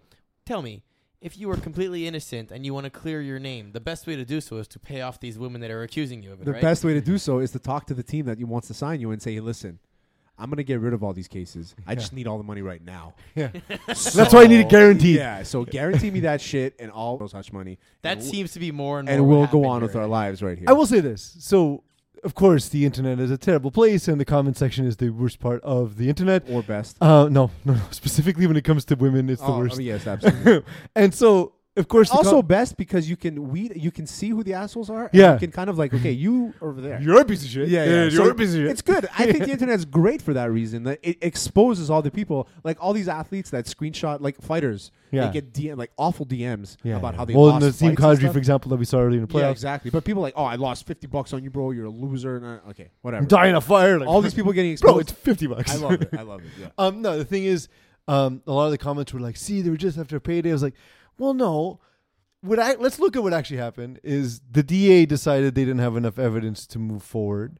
S2: tell me, if you are completely innocent and you want to clear your name, the best way to do so is to pay off these women that are accusing you of it,
S3: the
S2: right?
S3: best way to do so is to talk to the team that you- wants to sign you and say, "Hey, listen, I'm gonna get rid of all these cases. I just need all the money right now."
S1: Yeah, that's why I need it
S3: So-
S1: guaranteed.
S3: Yeah, so guarantee me that shit and all those hush money.
S2: that
S3: and, w-
S2: seems to be more and more.
S3: and
S2: what
S3: we'll go
S2: happened
S3: on
S2: here.
S3: with our lives right here.
S1: I will say this. So, of course, the internet is a terrible place, and the comment section is the worst part of the internet.
S3: or best.
S1: Uh, no, no, no. Specifically, when it comes to women, it's the
S3: Oh,
S1: worst.
S3: yes, absolutely.
S1: and so, of course, the
S3: also
S1: com-
S3: best because you can weed you can see who the assholes are. and
S1: Yeah.
S3: you can kind of like okay, you over there.
S1: you're a piece of shit.
S3: So
S1: you're a piece of shit.
S3: It's good. I think the internet's great for that reason. That it exposes all the people, like all these athletes that screenshot, like fighters.
S1: Yeah.
S3: They get DM, like awful DMs
S1: yeah,
S3: about
S1: yeah.
S3: how they
S1: well,
S3: lost
S1: in the team
S3: fights and
S1: Kadri,
S3: stuff.
S1: for example, that we saw earlier in the playoffs,
S3: yeah, exactly. But people like, oh, I lost fifty bucks on you, bro. You're a loser. And I, okay, whatever.
S1: dying of fire. Like,
S3: all these people getting exposed.
S1: bro, it's fifty bucks.
S3: I love it. I love it. Yeah.
S1: Um, no, the thing is, um, a lot of the comments were like, "See, they were just after a payday." I was like, "Well, no." What I let's look at what actually happened is the DA decided they didn't have enough evidence to move forward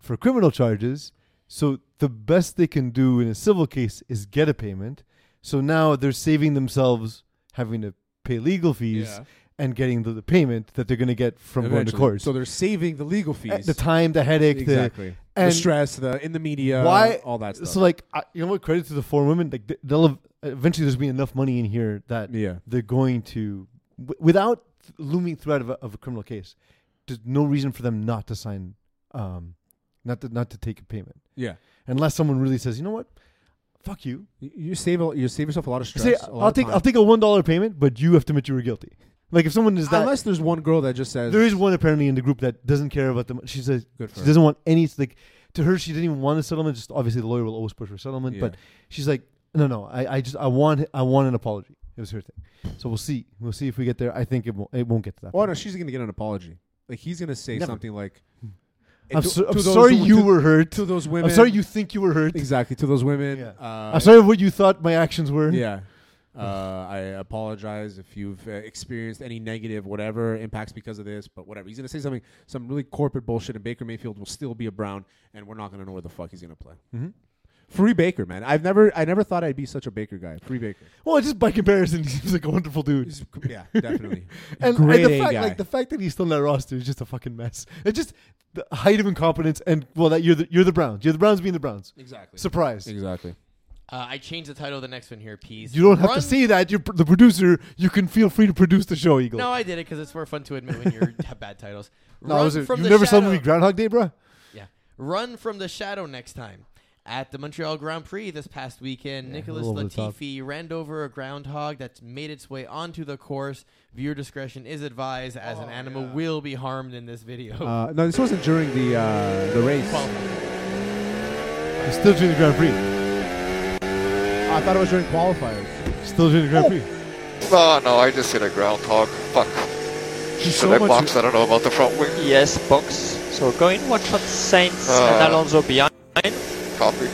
S1: for criminal charges, so the best they can do in a civil case is get a payment. So now they're saving themselves having to pay legal fees
S3: Yeah.
S1: and getting the, the payment that they're going to get from going to
S3: Eventually.
S1: court. Eh,
S3: So they're saving the legal fees.
S1: the time, the headache,
S3: exactly.
S1: the,
S3: The,
S1: and
S3: stress, the in the media,
S1: why
S3: Uh, all that stuff.
S1: So like, I, you know what? Credit to the four women. Like th- they'll have, eventually there's be enough money in here that
S3: yeah.
S1: they're going to w- without looming threat of a, of a criminal case. There's no reason for them not to sign um, not to not to take a payment
S3: Yeah.
S1: unless someone really says, you know what, fuck you.
S3: You- You save a, you save yourself a lot of stress.
S1: Say,
S3: a lot
S1: I'll
S3: of
S1: take
S3: time.
S1: I'll take a one dollar payment, but you have to admit you were guilty. Like if someone is that,
S3: Unless there's one girl that just says
S1: there is one apparently in the group that doesn't care about the. mon- She says
S3: Good for
S1: she
S3: her.
S1: doesn't want any. Like to her, she didn't even want a settlement. Just obviously the lawyer will always push for settlement,
S3: Yeah.
S1: but she's like, no, no, I, I just I want I want an apology. It was her thing. So we'll see. We'll see if we get there. I think it won't. It won't get to that.
S3: Oh
S1: point.
S3: no, she's gonna get an apology. Like he's gonna say
S1: Never.
S3: something like,
S1: I'm,
S3: to-
S1: so-
S3: to
S1: I'm
S3: those
S1: sorry
S3: who-
S1: you
S3: to-
S1: were hurt.
S3: to those women.
S1: I'm sorry you think you were hurt.
S3: exactly to those women.
S1: Yeah.
S3: Uh,
S1: I'm sorry what you thought my actions were.
S3: Yeah. Uh, I apologize if you've uh, experienced any negative, whatever impacts because of this, but whatever. He's going to say something, some really corporate bullshit, and Baker Mayfield will still be a Brown, and we're not going to know where the fuck he's going to play.
S1: Mhm.
S3: Free Baker, man. I've never, I never thought I'd be such a Baker guy. Free Baker.
S1: Well, just by comparison, he seems like a wonderful dude.
S3: He's- yeah, definitely.
S1: And,
S3: Great
S1: and the
S3: A
S1: fact,
S3: guy.
S1: like the fact that he's still in that roster is just a fucking mess. It's just the height of incompetence, and well, that you're the you're the Browns. You're the Browns being the Browns.
S3: exactly.
S1: Surprise!
S3: Exactly.
S2: Uh, I changed the title of the next one here, Pease.
S1: You don't have
S2: Run-
S1: to say that. You're pr- the producer. You can feel free to produce the show, Eagle.
S2: No, I did it because it's more fun to admit when you have bad titles.
S1: no
S2: Run
S1: I was it.
S2: from
S1: You
S2: the
S1: never saw the
S2: shadow-
S1: movie Groundhog Day, bro.
S2: Yeah. Run from the shadow next time. At the Montreal Grand Prix this past weekend, Nicholas
S1: little over the top.
S2: Latifi ran over a groundhog that's made its way onto the course. Viewer discretion is advised as an animal will be harmed in this video.
S3: Uh, no, this wasn't during the uh, the race.
S2: Well,
S1: You're still doing the Grand Prix.
S3: I thought it was during qualifiers.
S1: Still doing the Grand Prix.
S5: Oh no, I just hit a groundhog. Fuck.
S3: so
S5: Select
S3: much-
S5: box, I don't know about the front wing.
S6: Yes, E box. So going one shot Saints
S5: Uh.
S6: and Alonso behind.
S5: Copy.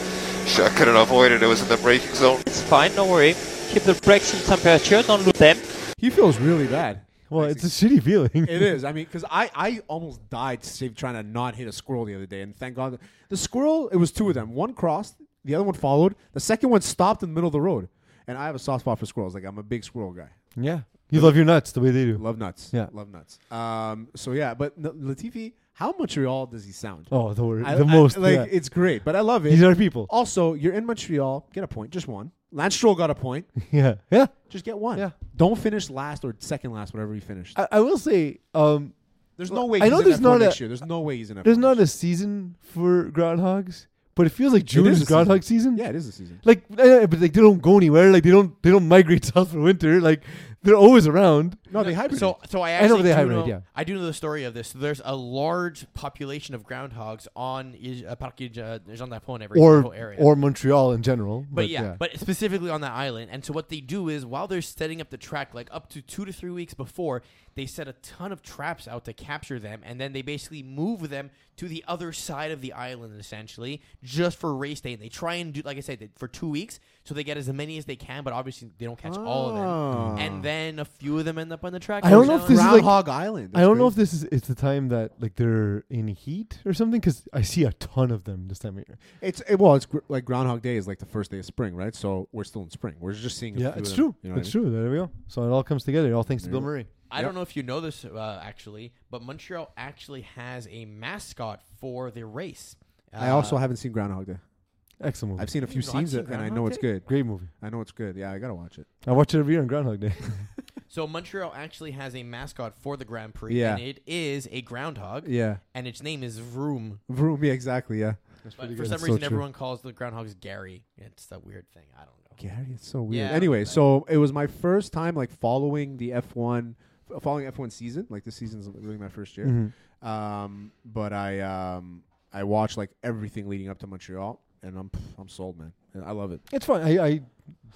S5: Shit, I couldn't avoid it, it was in the braking zone.
S6: It's fine, no worry. Keep the brakes in temperature, don't lose them.
S3: He feels really bad.
S1: Well, it's a shitty feeling.
S3: It is. I mean, because I, I almost died save trying to not hit a squirrel the other day, and thank God the squirrel. It was two of them. One crossed, the other one followed. The second one stopped in the middle of the road. And I have a soft spot for squirrels. Like I'm a big squirrel guy.
S1: Yeah, you love your nuts the way they do.
S3: Love nuts.
S1: Yeah.
S3: love nuts. Um. So yeah, but N- Latifi, how Montreal does he sound?
S1: Oh, the, word,
S3: I-
S1: the
S3: I-
S1: most.
S3: like
S1: yeah.
S3: it's Oh. great, but I love
S1: These
S3: it.
S1: are people.
S3: Also, you're in Montreal. Get a point, just one. Lance Stroll got a point.
S1: Yeah, yeah.
S3: Just get one.
S1: Yeah.
S3: Don't finish last or second last, whatever he finished.
S1: I, I will say, um,
S3: there's no way.
S1: I
S3: He's
S1: know
S3: in
S1: there's
S3: F1
S1: not a-
S3: next year. There's no way he's in.
S1: There's
S3: F1
S1: not
S3: next
S1: a season for groundhogs, but it feels like
S3: year.
S1: June
S3: It
S1: is,
S3: a
S1: groundhog season.
S3: Yeah, it is a season.
S1: Like, eh, but like they don't go anywhere. Like they don't they don't migrate south for winter. Like they're always around.
S3: No, they hybrid.
S2: so, so
S1: I
S2: I
S1: know
S2: actually
S1: they
S2: do
S1: hybrid,
S2: know,
S1: yeah.
S2: I do know the story of this. So there's a large population of groundhogs on Ile- uh, Parc uh, Jean Dapont every single
S1: Or
S2: area.
S1: or Montreal in general.
S2: But, yeah, but specifically on that island. And so what they do is while they're setting up the track, like up to two to three weeks before, they set a ton of traps out to capture them, and then they basically move them to the other side of the island essentially just for race day. And they try and do, like I said, they- for two weeks, so they get as many as they can, but obviously they don't catch all of them. And then a few of them end up on the track.
S1: Oh. I don't
S2: every
S1: know
S2: now
S1: if
S2: and
S1: this is
S2: then.
S1: like-
S3: Groundhog Island.
S1: I don't know if this is it's the time that like they're in heat or something because I see a ton of them this time of year.
S3: it's it, well, it's gr- like Groundhog Day is like the first day of spring, right? So we're still in spring. We're just seeing. a
S1: Yeah,
S3: few
S1: it's
S3: of them,
S1: true.
S3: You know what
S1: it's
S3: I mean?
S1: true. There we go. So it all comes together. All thanks to Bill Murray.
S2: I don't know if you know this uh, actually, but Montreal actually has a mascot for the race. Uh,
S3: I also haven't seen Groundhog Day.
S1: Excellent movie.
S3: I've seen a few
S2: not
S3: scenes
S2: seen
S3: of it, and I
S2: Groundhog
S3: know it's
S2: Day?
S3: good.
S1: Great movie.
S3: I know it's good. Yeah, I gotta watch it.
S1: I watch it every year on Groundhog Day.
S2: So Montreal actually has a mascot for the Grand Prix,
S3: Yeah.
S2: and it is a groundhog,
S3: Yeah.
S2: and its name is Vroom.
S3: Vroom. Yeah, exactly. Yeah.
S2: But
S1: pretty
S2: for
S1: good.
S2: some
S1: That's so
S2: reason,
S1: true.
S2: everyone calls the groundhogs Gary. It's a weird thing. I don't know.
S3: Gary, it's so weird.
S2: Yeah.
S3: anyway, so it was my first time like following the F1, f- following F1 season. Like this season's really my first year.
S1: Mm-hmm.
S3: Um, but I um, I watched like everything leading up to Montreal, and I'm I'm sold, man. And I love it.
S1: it's fine. I, I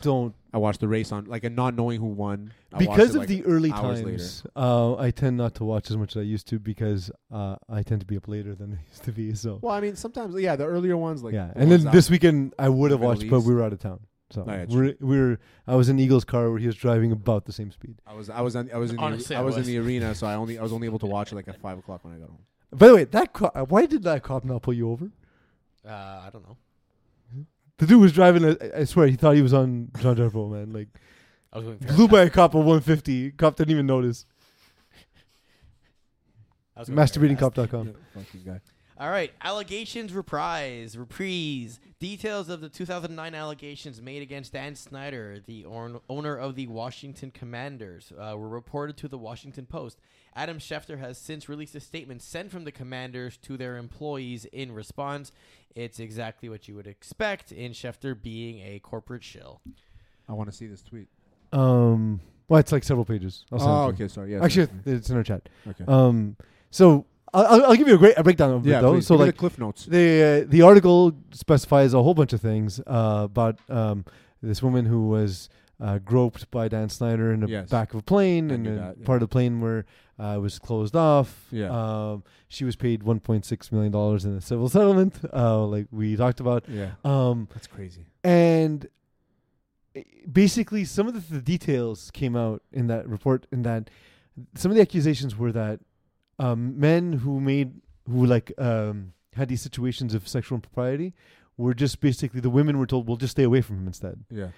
S1: don't
S3: I watched the race on like and not knowing who won I watched
S1: because
S3: it,
S1: of
S3: like,
S1: the early
S3: hours later.
S1: times, uh, I tend not to watch as much as I used to because uh, I tend to be up later than I used to be. So
S3: Well, I mean, sometimes yeah, the earlier ones like
S1: yeah,
S3: the
S1: and
S3: ones
S1: then
S3: out-
S1: this weekend I would have
S3: Middle
S1: watched, but
S3: East.
S1: we were out of town. So
S3: Oh, yeah,
S1: we're, we're I was in Eagles' car where he was driving about the same speed.
S3: I was I was on, I was in
S2: Honestly,
S3: the, I
S2: I
S3: was,
S2: was.
S3: in the arena, so I only I was only able to watch it like at five o'clock when I got home.
S1: By the way, that co- uh, why did that cop not pull you over?
S2: Uh, I don't know.
S1: The dude was driving. A, I- I swear, he thought he was on John Devo, man. Like
S2: I was going. Ferris.
S1: blew by a cop at 150. Cop didn't even notice.
S2: I was going very
S1: Masturbating
S2: fast.
S1: Masturbatingcop.com.
S3: Fucking guy.
S2: All right, allegations reprise reprise details of the 2009 allegations made against Dan Snyder, the orn- owner of the Washington Commanders, uh, were reported to the Washington Post. Adam Schefter has since released a statement sent from the Commanders to their employees in response. It's exactly what you would expect in Schefter being a corporate shill.
S3: I want to see this tweet.
S1: Um, well, it's like several pages. I'll send
S3: Oh,
S1: it to you.
S3: okay, sorry. Yeah,
S1: Actually,
S3: sorry.
S1: it's in our chat.
S3: okay.
S1: Um, so I'll, I'll- I'll give you a great a breakdown of
S3: yeah,
S1: it though.
S3: please,
S1: so
S3: give me
S1: like
S3: the cliff notes.
S1: the uh, the article specifies a whole bunch of things uh, about um, this woman who was uh, groped by Dan Snyder in the
S3: Yes.
S1: back of a plane,
S3: I
S1: and
S3: knew
S1: then
S3: that, yeah.
S1: part of the plane where uh, it was closed off.
S3: Yeah.
S1: Um, she was paid 1.6 million dollars in a civil settlement, uh, like we talked about.
S3: Yeah,
S1: Um,
S3: that's crazy.
S1: and eh, basically some of the, the details came out in that report in that some of the accusations were that um, men who made who like um, had these situations of sexual impropriety were just basically the women were told well just stay away from him instead
S3: Yeah,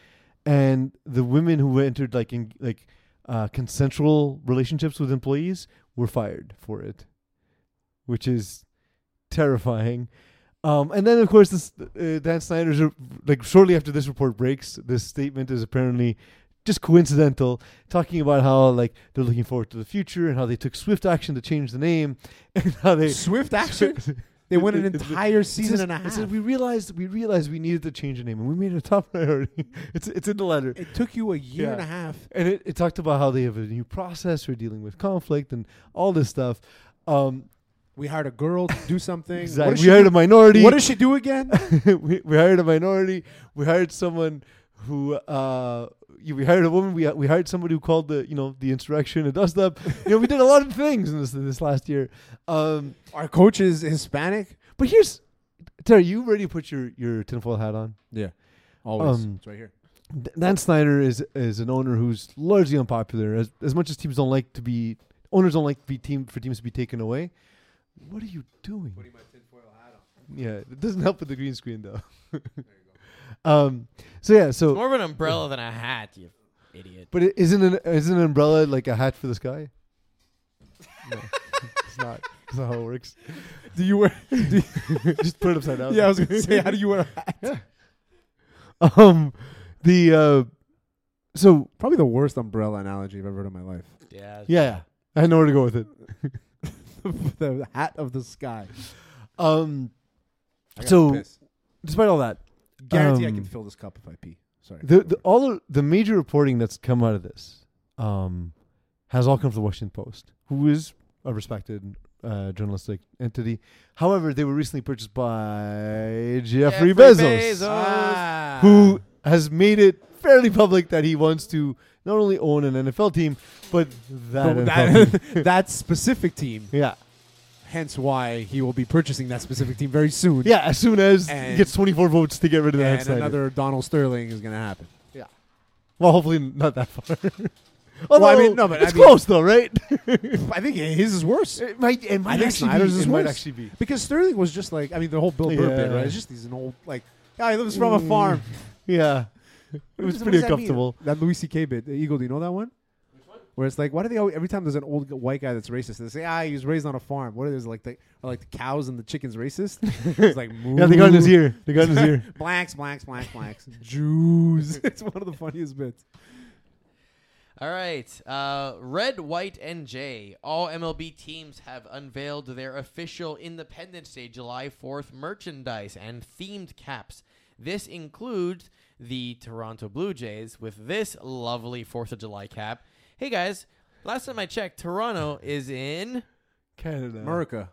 S1: and the women who entered like in like uh, consensual relationships with employees were fired for it, which is terrifying. Um, and then, of course, this uh, Dan Snyder's re- like shortly after this report breaks, this statement is apparently just coincidental, talking about how like they're looking forward to the future and how they took swift action to change the name and how they
S3: swift action. They went an entire season and a
S1: It
S3: half.
S1: says we realized we realized we needed to change the name and we made it a top priority. It's it's in the letter.
S3: It took you a year
S1: Yeah.
S3: and a half.
S1: And it, it talked about how they have a new process for dealing with conflict and all this stuff. Um,
S3: We hired a girl to do something. What
S1: exactly.
S3: does
S1: We
S3: she
S1: hired
S3: do-
S1: a minority.
S3: What does she do again?
S1: we, we hired a minority. We hired someone who uh, you- we hired a woman. We we hired somebody who called the you know the insurrection a dust up. you know we did a lot of things in this this last year. Um,
S3: Our coach is Hispanic.
S1: but here's Terry, you ready to put your your tinfoil hat on?
S3: Yeah, always.
S1: Um,
S3: it's right here.
S1: D- Dan Snyder is is an owner who's largely unpopular. As as much as teams don't like to be owners don't like to be team for teams to be taken away. What are you doing? Yeah, it doesn't help with the green screen though. um. So yeah.
S2: It's
S1: So,
S2: more of an umbrella than a hat, you idiot.
S1: but it isn't an isn't an umbrella like a hat for the sky? No, it's not. That's not how it works.
S3: Do you wear?
S1: Just put it upside down.
S3: yeah, I was gonna say, how do you wear? A hat?
S1: Um. The uh. So
S3: Probably the worst umbrella analogy I've ever heard in my life.
S2: Yeah.
S1: yeah, I know where to go with it.
S3: the hat of the sky.
S1: Um. So- Despite all that,
S3: guarantee I
S1: um,
S3: can fill this cup if I pee. Sorry.
S1: the, the all of the major reporting that's come out of this um, has all come from the Washington Post, who is a respected uh, journalistic entity. However, they were recently purchased by Jeffrey,
S2: Jeffrey
S1: Bezos,
S2: Bezos. Ah.
S1: who has made it fairly public that he wants to not only own an NFL team, but that,
S3: So
S1: NFL team.
S3: that, that specific team,
S1: yeah,
S3: hence why he will be purchasing that specific team very soon.
S1: yeah. As soon as he
S3: And-
S1: gets 24 votes to get rid of that,
S3: and another Donald Sterling is going to happen.
S1: well, hopefully not that far.
S3: Well, I
S1: Although,
S3: mean, no, but I
S1: it's
S3: mean-
S1: close though, right?
S3: I think his is worse
S1: It might. It might
S3: think
S1: actually
S3: Snyder's
S1: be.
S3: is
S1: It might
S3: worse.
S1: actually be.
S3: because Sterling was just like I mean the whole Bill Burr bit,
S1: Yeah.
S3: right? It's just he's an old like guy who lives from a farm.
S1: Yeah. It was
S3: What does- what
S1: pretty
S3: does that mean?
S1: uncomfortable.
S3: That Louis C.K. bit, the Eagle. Do you know that one? Where it's like, why do they always, every time there's an old white guy that's racist, they say, ah, he was raised on a farm. What are those like the are like the cows and the chickens racist? It's like
S1: Yeah, they got in his
S3: "Moo."
S1: ear. They got in his ear.
S3: Blacks, blacks, blacks, blacks. Jews. it's one of the funniest bits.
S2: All right. Uh, Red, White, and J. All MLB teams have unveiled their official Independence Day July 4th merchandise and themed caps. This includes the Toronto Blue Jays with this lovely 4th of July cap. Hey, guys. Last time I checked, Toronto is in.
S1: Canada.
S3: America.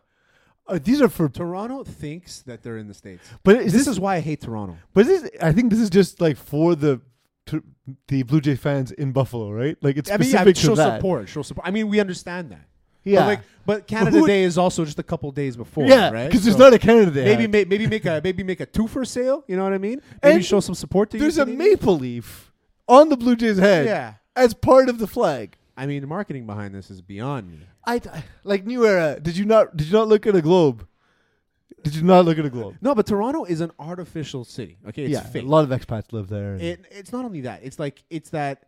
S1: Uh, these are for.
S3: Toronto thinks that they're in the states.
S1: But is
S3: this,
S1: this?
S3: is why I hate Toronto.
S1: But this? I think this is just like for the to, the Blue Jay fans in Buffalo, right? Like it's
S3: I mean,
S1: specific
S3: yeah, but
S1: to
S3: show
S1: that.
S3: support. Show support. I mean, we understand that.
S1: Yeah.
S3: But, like, but Canada
S1: who-
S3: Day is also just a couple days before.
S1: yeah,
S3: right.
S1: because there's
S3: So
S1: not a Canada Day.
S3: maybe
S1: hat.
S3: ma- maybe make a maybe make a two for sale. You know what I mean? Maybe
S1: And
S3: show some support to.
S1: there's
S3: you
S1: a maple leaf on the Blue Jays head.
S3: Yeah.
S1: As part of the flag.
S3: I mean, the marketing behind this is beyond me.
S1: I like New Era. Did you not? Did you not look at a globe? Did you not look at a globe?
S3: No, but Toronto is an artificial city. Okay, it's
S1: yeah,
S3: fake.
S1: a lot of expats live there.
S3: it, it's not only that. It's like it's that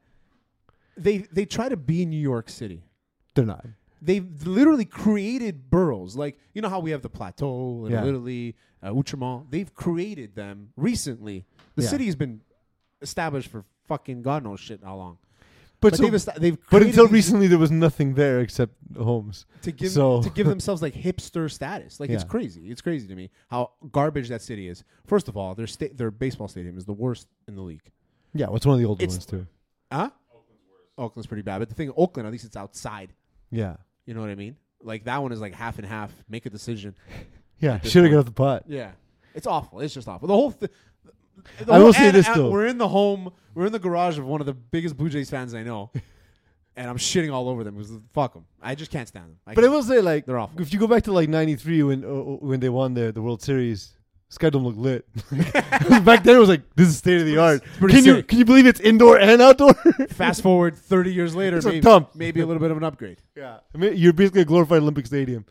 S3: they they try to be New York City.
S1: They're not.
S3: They literally created boroughs. Like you know how we have the plateau and
S1: Yeah.
S3: Italy, uh, Outremont. They've created them recently. The
S1: Yeah.
S3: city's been established for fucking god knows shit how long.
S1: But,
S3: But
S1: so,
S3: they've, esta- they've
S1: but
S3: created
S1: until
S3: these-
S1: recently, there was nothing there except homes.
S3: to give
S1: so-
S3: to give themselves like hipster status. Like it's
S1: Yeah.
S3: crazy. It's crazy to me how garbage that city is. First of all, their sta- their baseball stadium is the worst in the league.
S1: Yeah, what's one of the older
S3: It's-
S1: ones too?
S3: Huh? Oakland's pretty bad, but the thing, Oakland at least it's outside.
S1: Yeah,
S3: You know what I mean? Like that one is like half and half. Make a decision.
S1: yeah.
S3: this
S1: Should have
S3: point.
S1: got off the pot.
S3: Yeah, it's awful. It's just awful. The whole. Th- the
S1: I
S3: whole-
S1: will say
S3: and-
S1: this,
S3: and
S1: though.
S3: we're in the home. We're in the garage of one of the biggest Blue Jays fans I know, and I'm shitting all over them because fuck them. I just can't stand them. I
S1: But I will say, like,
S3: They're awful.
S1: if you go back to like '93 when uh, when they won the the World Series, Skydome looked lit. back then, it was like this is state of the art.
S3: pretty
S1: Can you
S3: sick.
S1: can you believe it's indoor and outdoor?
S3: Fast forward 30 years later,
S1: It's a
S3: maybe,
S1: dump.
S3: maybe a little bit of an upgrade.
S1: yeah, I mean, you're basically a glorified Olympic Stadium.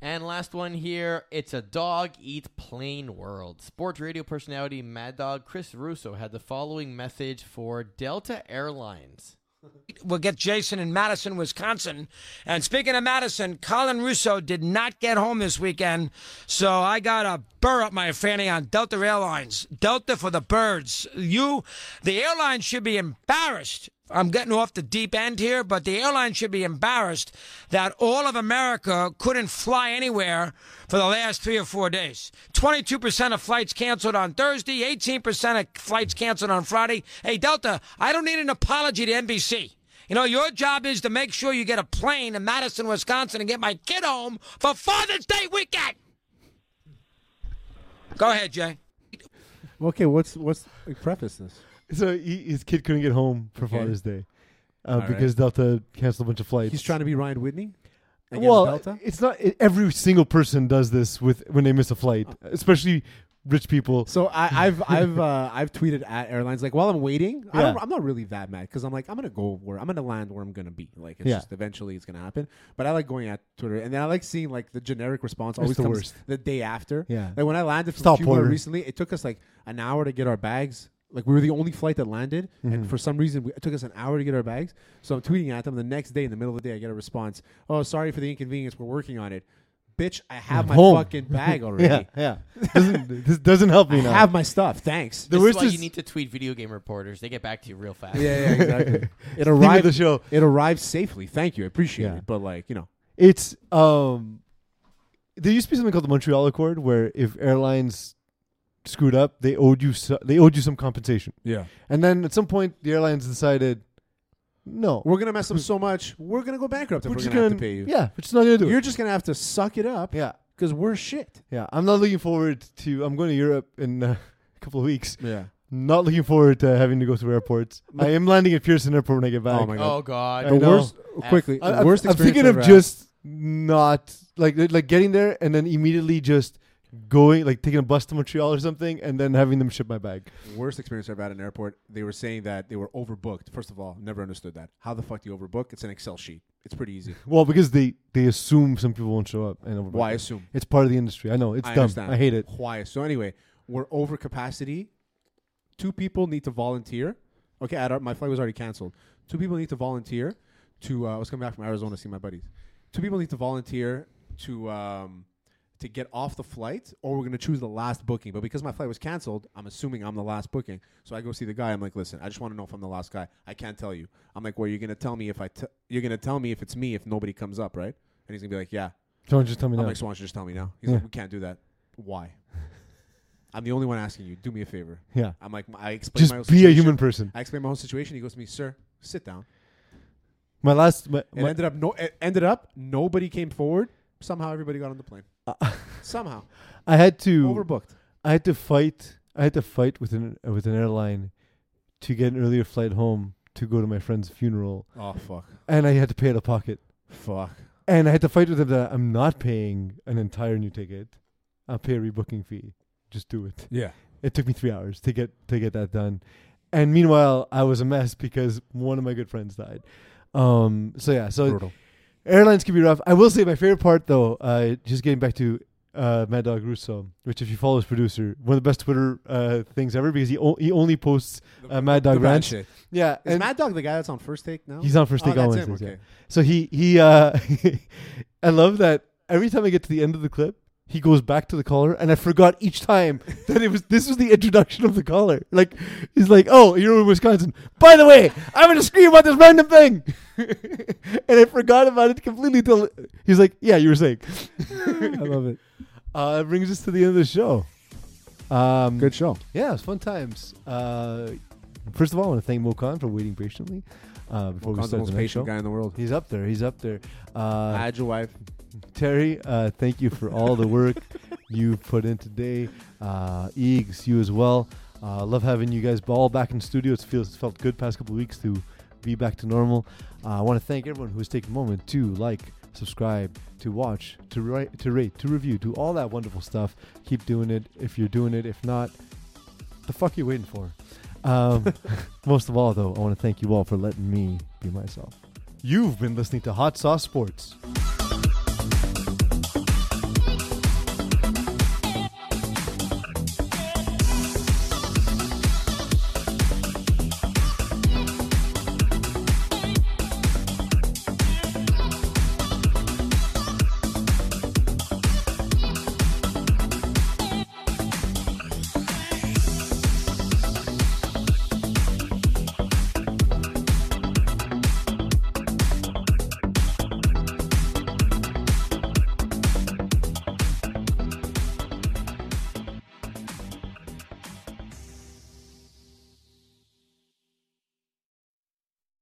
S2: And last one here, it's a dog eat plain world. Sports radio personality Mad Dog Chris Russo had the following message for Delta Airlines.
S7: We'll get Jason in Madison, Wisconsin. And speaking of Madison, Colin Russo did not get home this weekend, so I got a burr up my fanny on Delta Airlines. Delta for the birds. You, the airline should be embarrassed. I'm getting off the deep end here, but the airline should be embarrassed that all of America couldn't fly anywhere for the last three or four days. 22% of flights canceled on Thursday, 18% of flights canceled on Friday. Hey, Delta, I don't need an apology to NBC. You know, your job is to make sure you get a plane to Madison, Wisconsin and get my kid home for Father's Day weekend. Go ahead, Jay.
S3: Okay, what's what's preface this?
S1: So he, his kid couldn't get home for
S3: Okay.
S1: Father's Day uh,
S3: right.
S1: because Delta canceled a bunch of flights.
S3: He's trying to be Ryan Whitney. against
S1: well,
S3: Delta?
S1: it's not it, every single person does this with when they miss a flight, especially rich people.
S3: So I, I've I've uh, I've tweeted at airlines like while I'm waiting, I
S1: Yeah.
S3: don't, I'm not really that mad because I'm like I'm gonna go where I'm gonna land where I'm gonna be. Like it's
S1: Yeah.
S3: just eventually it's gonna happen. But I like going at Twitter and then I like seeing like the generic response always
S1: the
S3: comes
S1: worst.
S3: the day after.
S1: Yeah.
S3: Like when I landed from
S1: Stop
S3: Cuba
S1: ordering.
S3: recently, it took us like an hour to get our bags. Like we were the only flight that landed,
S1: Mm-hmm.
S3: and for some reason we, it took us an hour to get our bags. So I'm tweeting at them the next day in the middle of the day. I get a response: "Oh, sorry for the inconvenience. We're working on it." Bitch, I have my
S1: Home.
S3: fucking bag already.
S1: yeah, uh, yeah. Doesn't, this doesn't help
S3: I
S1: me now.
S3: have my stuff. Thanks.
S1: The
S2: this is
S1: worst
S2: why
S1: is-
S2: you need to tweet video game reporters. They get back to you real fast.
S3: Yeah, yeah, exactly. it
S1: Theme of
S3: arrived.
S1: the show.
S3: It arrived safely. Thank you. I appreciate
S1: Yeah.
S3: it. But like, you know,
S1: It's um, there used to be something called the Montreal Accord, where if airlines screwed up, they owed you so, they owed you some compensation,
S3: yeah,
S1: and then at some point the airlines decided, no,
S3: we're gonna mess up so much. We're gonna go bankrupt. If we're,
S1: just
S3: gonna, have to pay you.
S1: yeah, we're just not gonna do
S3: You're
S1: it.
S3: just gonna have to suck it up.
S1: Yeah,
S3: because we're shit.
S1: yeah. I'm not looking forward to. I'm going to Europe in uh, a couple of weeks.
S3: Yeah.
S1: Not looking forward to having to go through airports. I am landing at Pearson Airport when I get back.
S3: Oh my god.
S2: Oh God.
S1: I
S3: the
S1: know.
S3: worst. Quickly,
S1: I,
S3: the
S1: I'm-
S3: worst.
S1: I'm
S3: experience
S1: thinking
S3: I've
S1: of
S3: ever had.
S1: just not like like getting there and then immediately just going like taking a bus to Montreal or something and then having them ship my bag.
S3: worst experience I've had at an airport. They were saying that they were overbooked. First of all, never understood that. How the fuck do you overbook? It's an Excel sheet. It's pretty easy.
S1: Well, because they they assume some people won't show up and overbook
S3: Why
S1: them.
S3: assume?
S1: It's part of the industry. I know it's
S3: I
S1: dumb.
S3: understand.
S1: I hate it.
S3: Why? So anyway, we're over capacity. Two people need to volunteer. Okay, I don't- my flight was already canceled. Two people need to volunteer to. Uh, I was coming back from Arizona to see my buddies. Two people need to volunteer to um, to get off the flight, or we're gonna choose the last booking. But because my flight was canceled, I'm assuming I'm the last booking. So I go see the guy. I'm like, listen, I just want to know if I'm the last guy. I can't tell you. I'm like, well, you're gonna tell me if I t- you're gonna tell me if it's me if nobody comes up, right? And he's gonna be like, yeah.
S1: Don't just tell me
S3: I'm
S1: now.
S3: like, so why don't you just tell me now? He's like, we can't do that. Why? I'm the only one asking you. Do me a favor.
S1: Yeah.
S3: I'm like, I explain my whole
S1: Just be a
S3: situation.
S1: human person.
S3: I explain my whole situation. He goes to me, sir, sit down.
S1: My last my,
S3: It
S1: my-
S3: ended up no. It ended up nobody came forward. Somehow everybody got on the plane. Somehow
S1: I had to
S3: overbooked.
S1: I had to fight. I had to fight with an uh, with an airline to get an earlier flight home to go to my friend's funeral,
S3: Oh fuck,
S1: and I had to pay out of pocket.
S3: fuck.
S1: And I had to fight with them that I'm not paying an entire new ticket. I'll pay a rebooking fee. Just do it.
S3: Yeah.
S1: It took me three hours to get to get that done. And meanwhile, I was a mess because one of my good friends died. Um, so yeah, so airlines can be rough. I will say my favorite part though, uh, just getting back to uh, Mad Dog Russo, which if you follow his producer, one of the best Twitter uh, things ever because he o- he only posts uh, Mad Dog
S3: The
S1: Ranch.
S3: Ranch.
S1: Yeah,
S3: Is
S1: and
S3: Mad Dog the guy that's on First Take now?
S1: he's on first
S3: Oh,
S1: take on
S3: that's him,
S1: Wednesdays. Yeah.
S3: okay.
S1: So he he uh, I love that every time I get to the end of the clip. He goes back to the caller, and I forgot each time that it was this was the introduction of the caller. Like he's like, "Oh, you're in Wisconsin. By the way, I'm gonna scream about this random thing," and I forgot about it completely. Till he's like, "Yeah, you were saying."
S3: I love it.
S1: Uh, that brings us to the end of the show. Um,
S3: Good show.
S1: yeah, it was fun times. Uh, first of all, I want to thank Mokan for waiting patiently uh, before we
S3: Con's the
S1: start the
S3: most
S1: next show.
S3: patient guy in the world.
S1: He's up there. He's up there. Uh,
S3: Agile wife.
S1: Terry, uh, thank you for all the work you put in today. Uh, Eags, you as well. Uh, love having you guys all back in studio. It feels it's felt good past couple of weeks to be back to normal. Uh, I want to thank everyone who has taken a moment to like, subscribe, to watch, to write, to rate, to review, do all that wonderful stuff. Keep doing it if you're doing it. If not, the fuck you waiting for? Um, most of all, though, I want to thank you all for letting me be myself. You've been listening to Hot Sauce Sports.